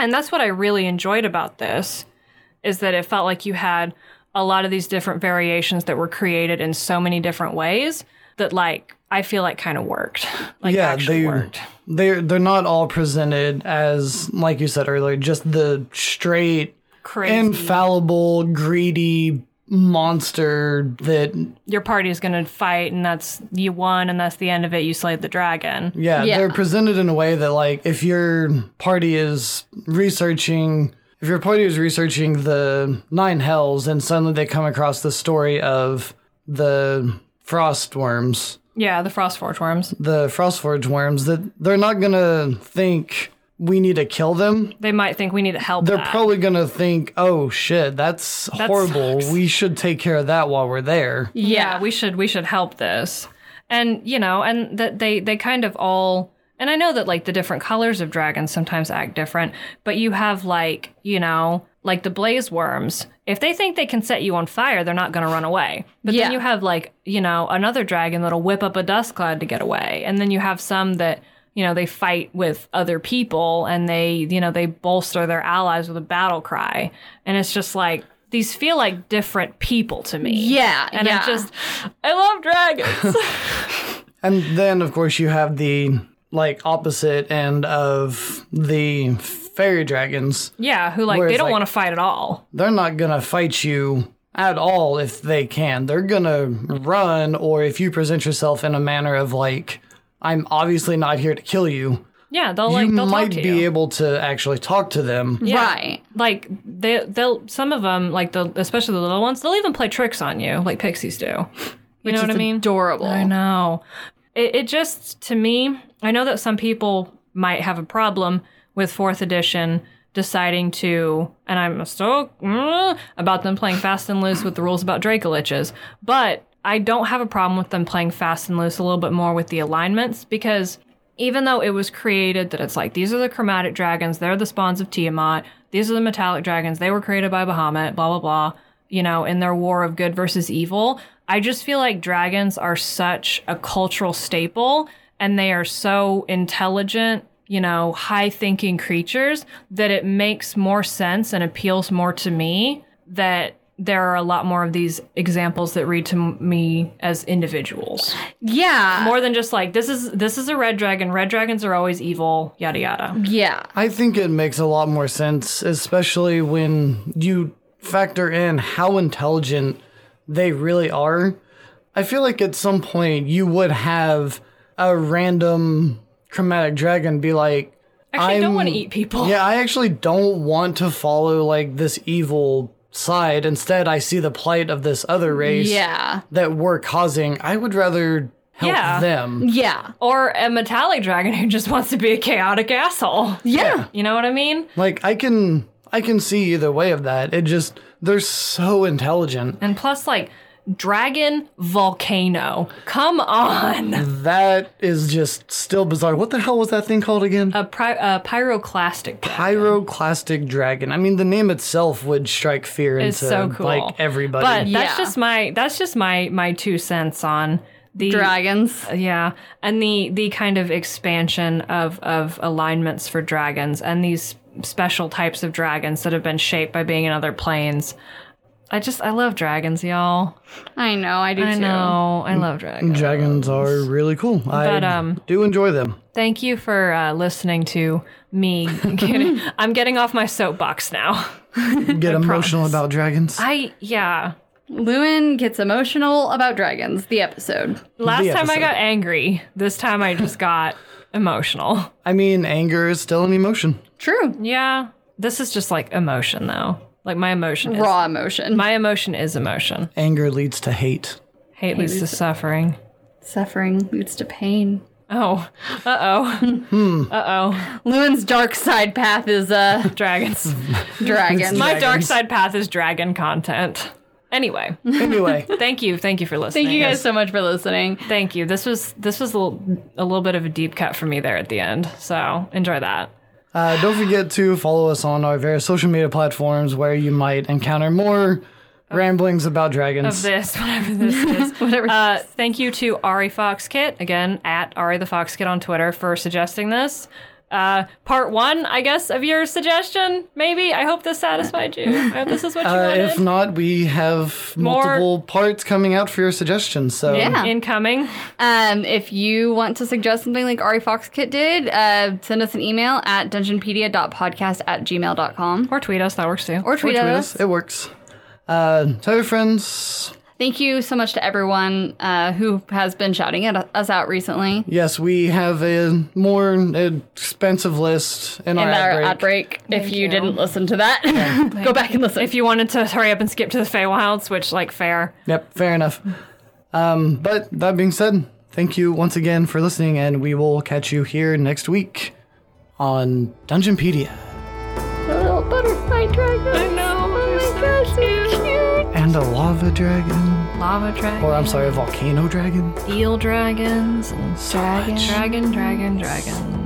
S2: And that's what I really enjoyed about this is that it felt like you had a lot of these different variations that were created in so many different ways that like I feel like kind of worked. Like
S4: Yeah,
S2: actually
S4: they-
S2: worked.
S4: They're they're not all presented as like you said earlier, just the straight,
S2: Crazy.
S4: infallible, greedy monster that
S2: Your party is going to fight and that's you won and that's the end of it. You slayed the dragon.
S4: Yeah,
S3: Yeah.
S4: they're presented in a way that like if your party is researching if your party is researching the nine hells and suddenly they come across the story of the frost worms,
S2: Yeah, the Frostforge worms.
S4: the frostforge worms that they're not going to think we need to kill them.
S2: They might think we need to help
S4: They're
S2: that.
S4: probably going to think, "Oh shit, that's horrible.
S2: sucks."
S4: We should take care of that while we're there."
S2: yeah we should we should help this and you know and that they they kind of all and i know that like the different colors of dragons sometimes act different but you have like you know like the blaze worms if they think they can set you on fire they're not going to run away but
S3: Yeah.
S2: then you have like you know another dragon that'll whip up a dust cloud to get away and then you have some that you know they fight with other people and they you know they bolster their allies with a battle cry and it's just like these feel like different people to me
S3: Yeah,
S2: and
S3: yeah.
S2: I just I love dragons.
S4: And then, of course, you have the like opposite end of the fairy dragons.
S2: yeah, who like
S4: Whereas,
S2: they don't
S4: like-
S2: want to fight at all.
S4: They're not gonna fight you at all if they can. They're gonna run, or if you present yourself in a manner of like, I'm obviously not here to kill you,
S2: Yeah, they'll like
S4: you
S2: they'll
S4: might
S2: talk to
S4: be
S2: you.
S4: able to actually talk to them.
S2: Yeah.
S3: Right.
S2: Like they they'll some of them like the especially the little ones they'll even play tricks on you like pixies do. You know what I
S3: It's
S2: mean?
S3: Adorable.
S2: I know. It, it just, to me, I know that some people might have a problem with fourth edition deciding to, and I'm still mm, about them playing fast and loose with the rules about Dracoliches, but I don't have a problem with them playing fast and loose a little bit more with the alignments because even though it was created that it's like these are the chromatic dragons, they're the spawns of Tiamat, these are the metallic dragons, they were created by Bahamut, blah blah blah, you know, in their war of good versus evil. I just feel like dragons are such a cultural staple and they are so intelligent, you know, high thinking creatures that it makes more sense and appeals more to me that there are a lot more of these examples that read to m- me as individuals
S3: Yeah.
S2: more than just like this is this is a red dragon red dragons are always evil yada yada
S3: yeah.
S4: I think it makes a lot more sense, especially when you factor in how intelligent they really are. I feel like at some point you would have a random chromatic dragon be like,
S2: actually i don't
S4: I'm-
S2: want to eat people
S4: Yeah, I actually don't want to follow like this evil side. Instead, I see the plight of this other race
S3: Yeah.
S4: that we're causing. I would rather help
S2: Yeah.
S4: them.
S3: Yeah.
S2: or a metallic dragon who just wants to be a chaotic asshole
S3: Yeah.
S2: you know what i mean
S4: Like I can I can see either way of that. It just they're so intelligent.
S2: and plus like dragon volcano come on
S4: That is just still bizarre. What the hell was that thing called again?
S2: a, pri- a pyroclastic dragon.
S4: Pyroclastic dragon. I mean, the name itself would strike fear into
S2: It's so cool.
S4: like everybody.
S2: But
S3: Yeah.
S2: that's just my that's just my my two cents on the
S3: Dragons.
S2: yeah and the the kind of expansion of of alignments for dragons and these special types of dragons that have been shaped by being in other planes i just i love dragons y'all
S3: I know. I do
S2: i
S3: too.
S2: know i love dragons
S4: Dragons are really cool.
S2: But,
S4: I
S2: um,
S4: do enjoy them.
S2: thank you for uh, listening to me getting, i'm getting off my soapbox now
S4: Get emotional about dragons.
S2: i yeah
S3: Lewin gets emotional about dragons. The episode.
S2: last time i
S4: episode.
S2: got angry this time i just got emotional
S4: I mean, anger is still an emotion.
S3: True.
S2: yeah this is just like emotion though like my emotion is
S3: Raw emotion.
S2: My emotion is emotion.
S4: Anger leads to hate.
S2: Hate, leads to suffering.
S3: Suffering leads to pain.
S2: Oh, uh oh, uh oh,
S3: Lewin's dark side path is uh
S2: dragons.
S3: dragons.
S2: My dark
S4: Dragons.
S2: side path is dragon content. Anyway,
S4: Anyway,
S2: thank you, thank you for listening.
S3: Thank you guys so much for listening.
S2: Thank you. This was this was a little, a little bit of a deep cut for me there at the end. So enjoy that.
S4: uh, don't forget to follow us on our various social media platforms where you might encounter more ramblings about dragons.
S2: of this, whatever this is.
S3: Whatever.
S2: Uh, thank you to Ari Fox Kit again at Ari the Fox Kit on Twitter for suggesting this. Uh, part one, I guess, of your suggestion. Maybe I hope this satisfied you. I hope this is what you
S4: Uh,
S2: wanted.
S4: if not, we have
S2: More-
S4: multiple parts coming out for your suggestions. So
S3: Yeah.
S2: Incoming.
S3: Um, if you want to suggest something like Ari Fox Kit did, uh, send us an email at dungeonpedia.podcast at gmail.com
S2: Or tweet us, that works too.
S3: or
S4: or
S3: tweet,
S4: tweet
S3: us.
S4: us. It works. Uh, tell your friends.
S3: Thank you so much to everyone uh, who has been shouting at us out recently
S4: Yes, we have a more expensive list in, our,
S3: in our
S4: ad
S3: ad
S4: break.
S3: break. If you, didn't listen to that, go back and listen.
S2: if you wanted to hurry up and skip to the Feywilds, which like fair.
S4: Yep, fair enough. Um, but that being said, thank you once again for listening, and we will catch you here next week on Dungeonpedia.
S3: little butterfly dragon. I know. Oh my gosh, so cute.
S4: And a lava dragon,
S2: Lava dragon,
S4: or I'm sorry, a volcano dragon.
S2: eel dragons, and dragon, dragon, dragon, dragon.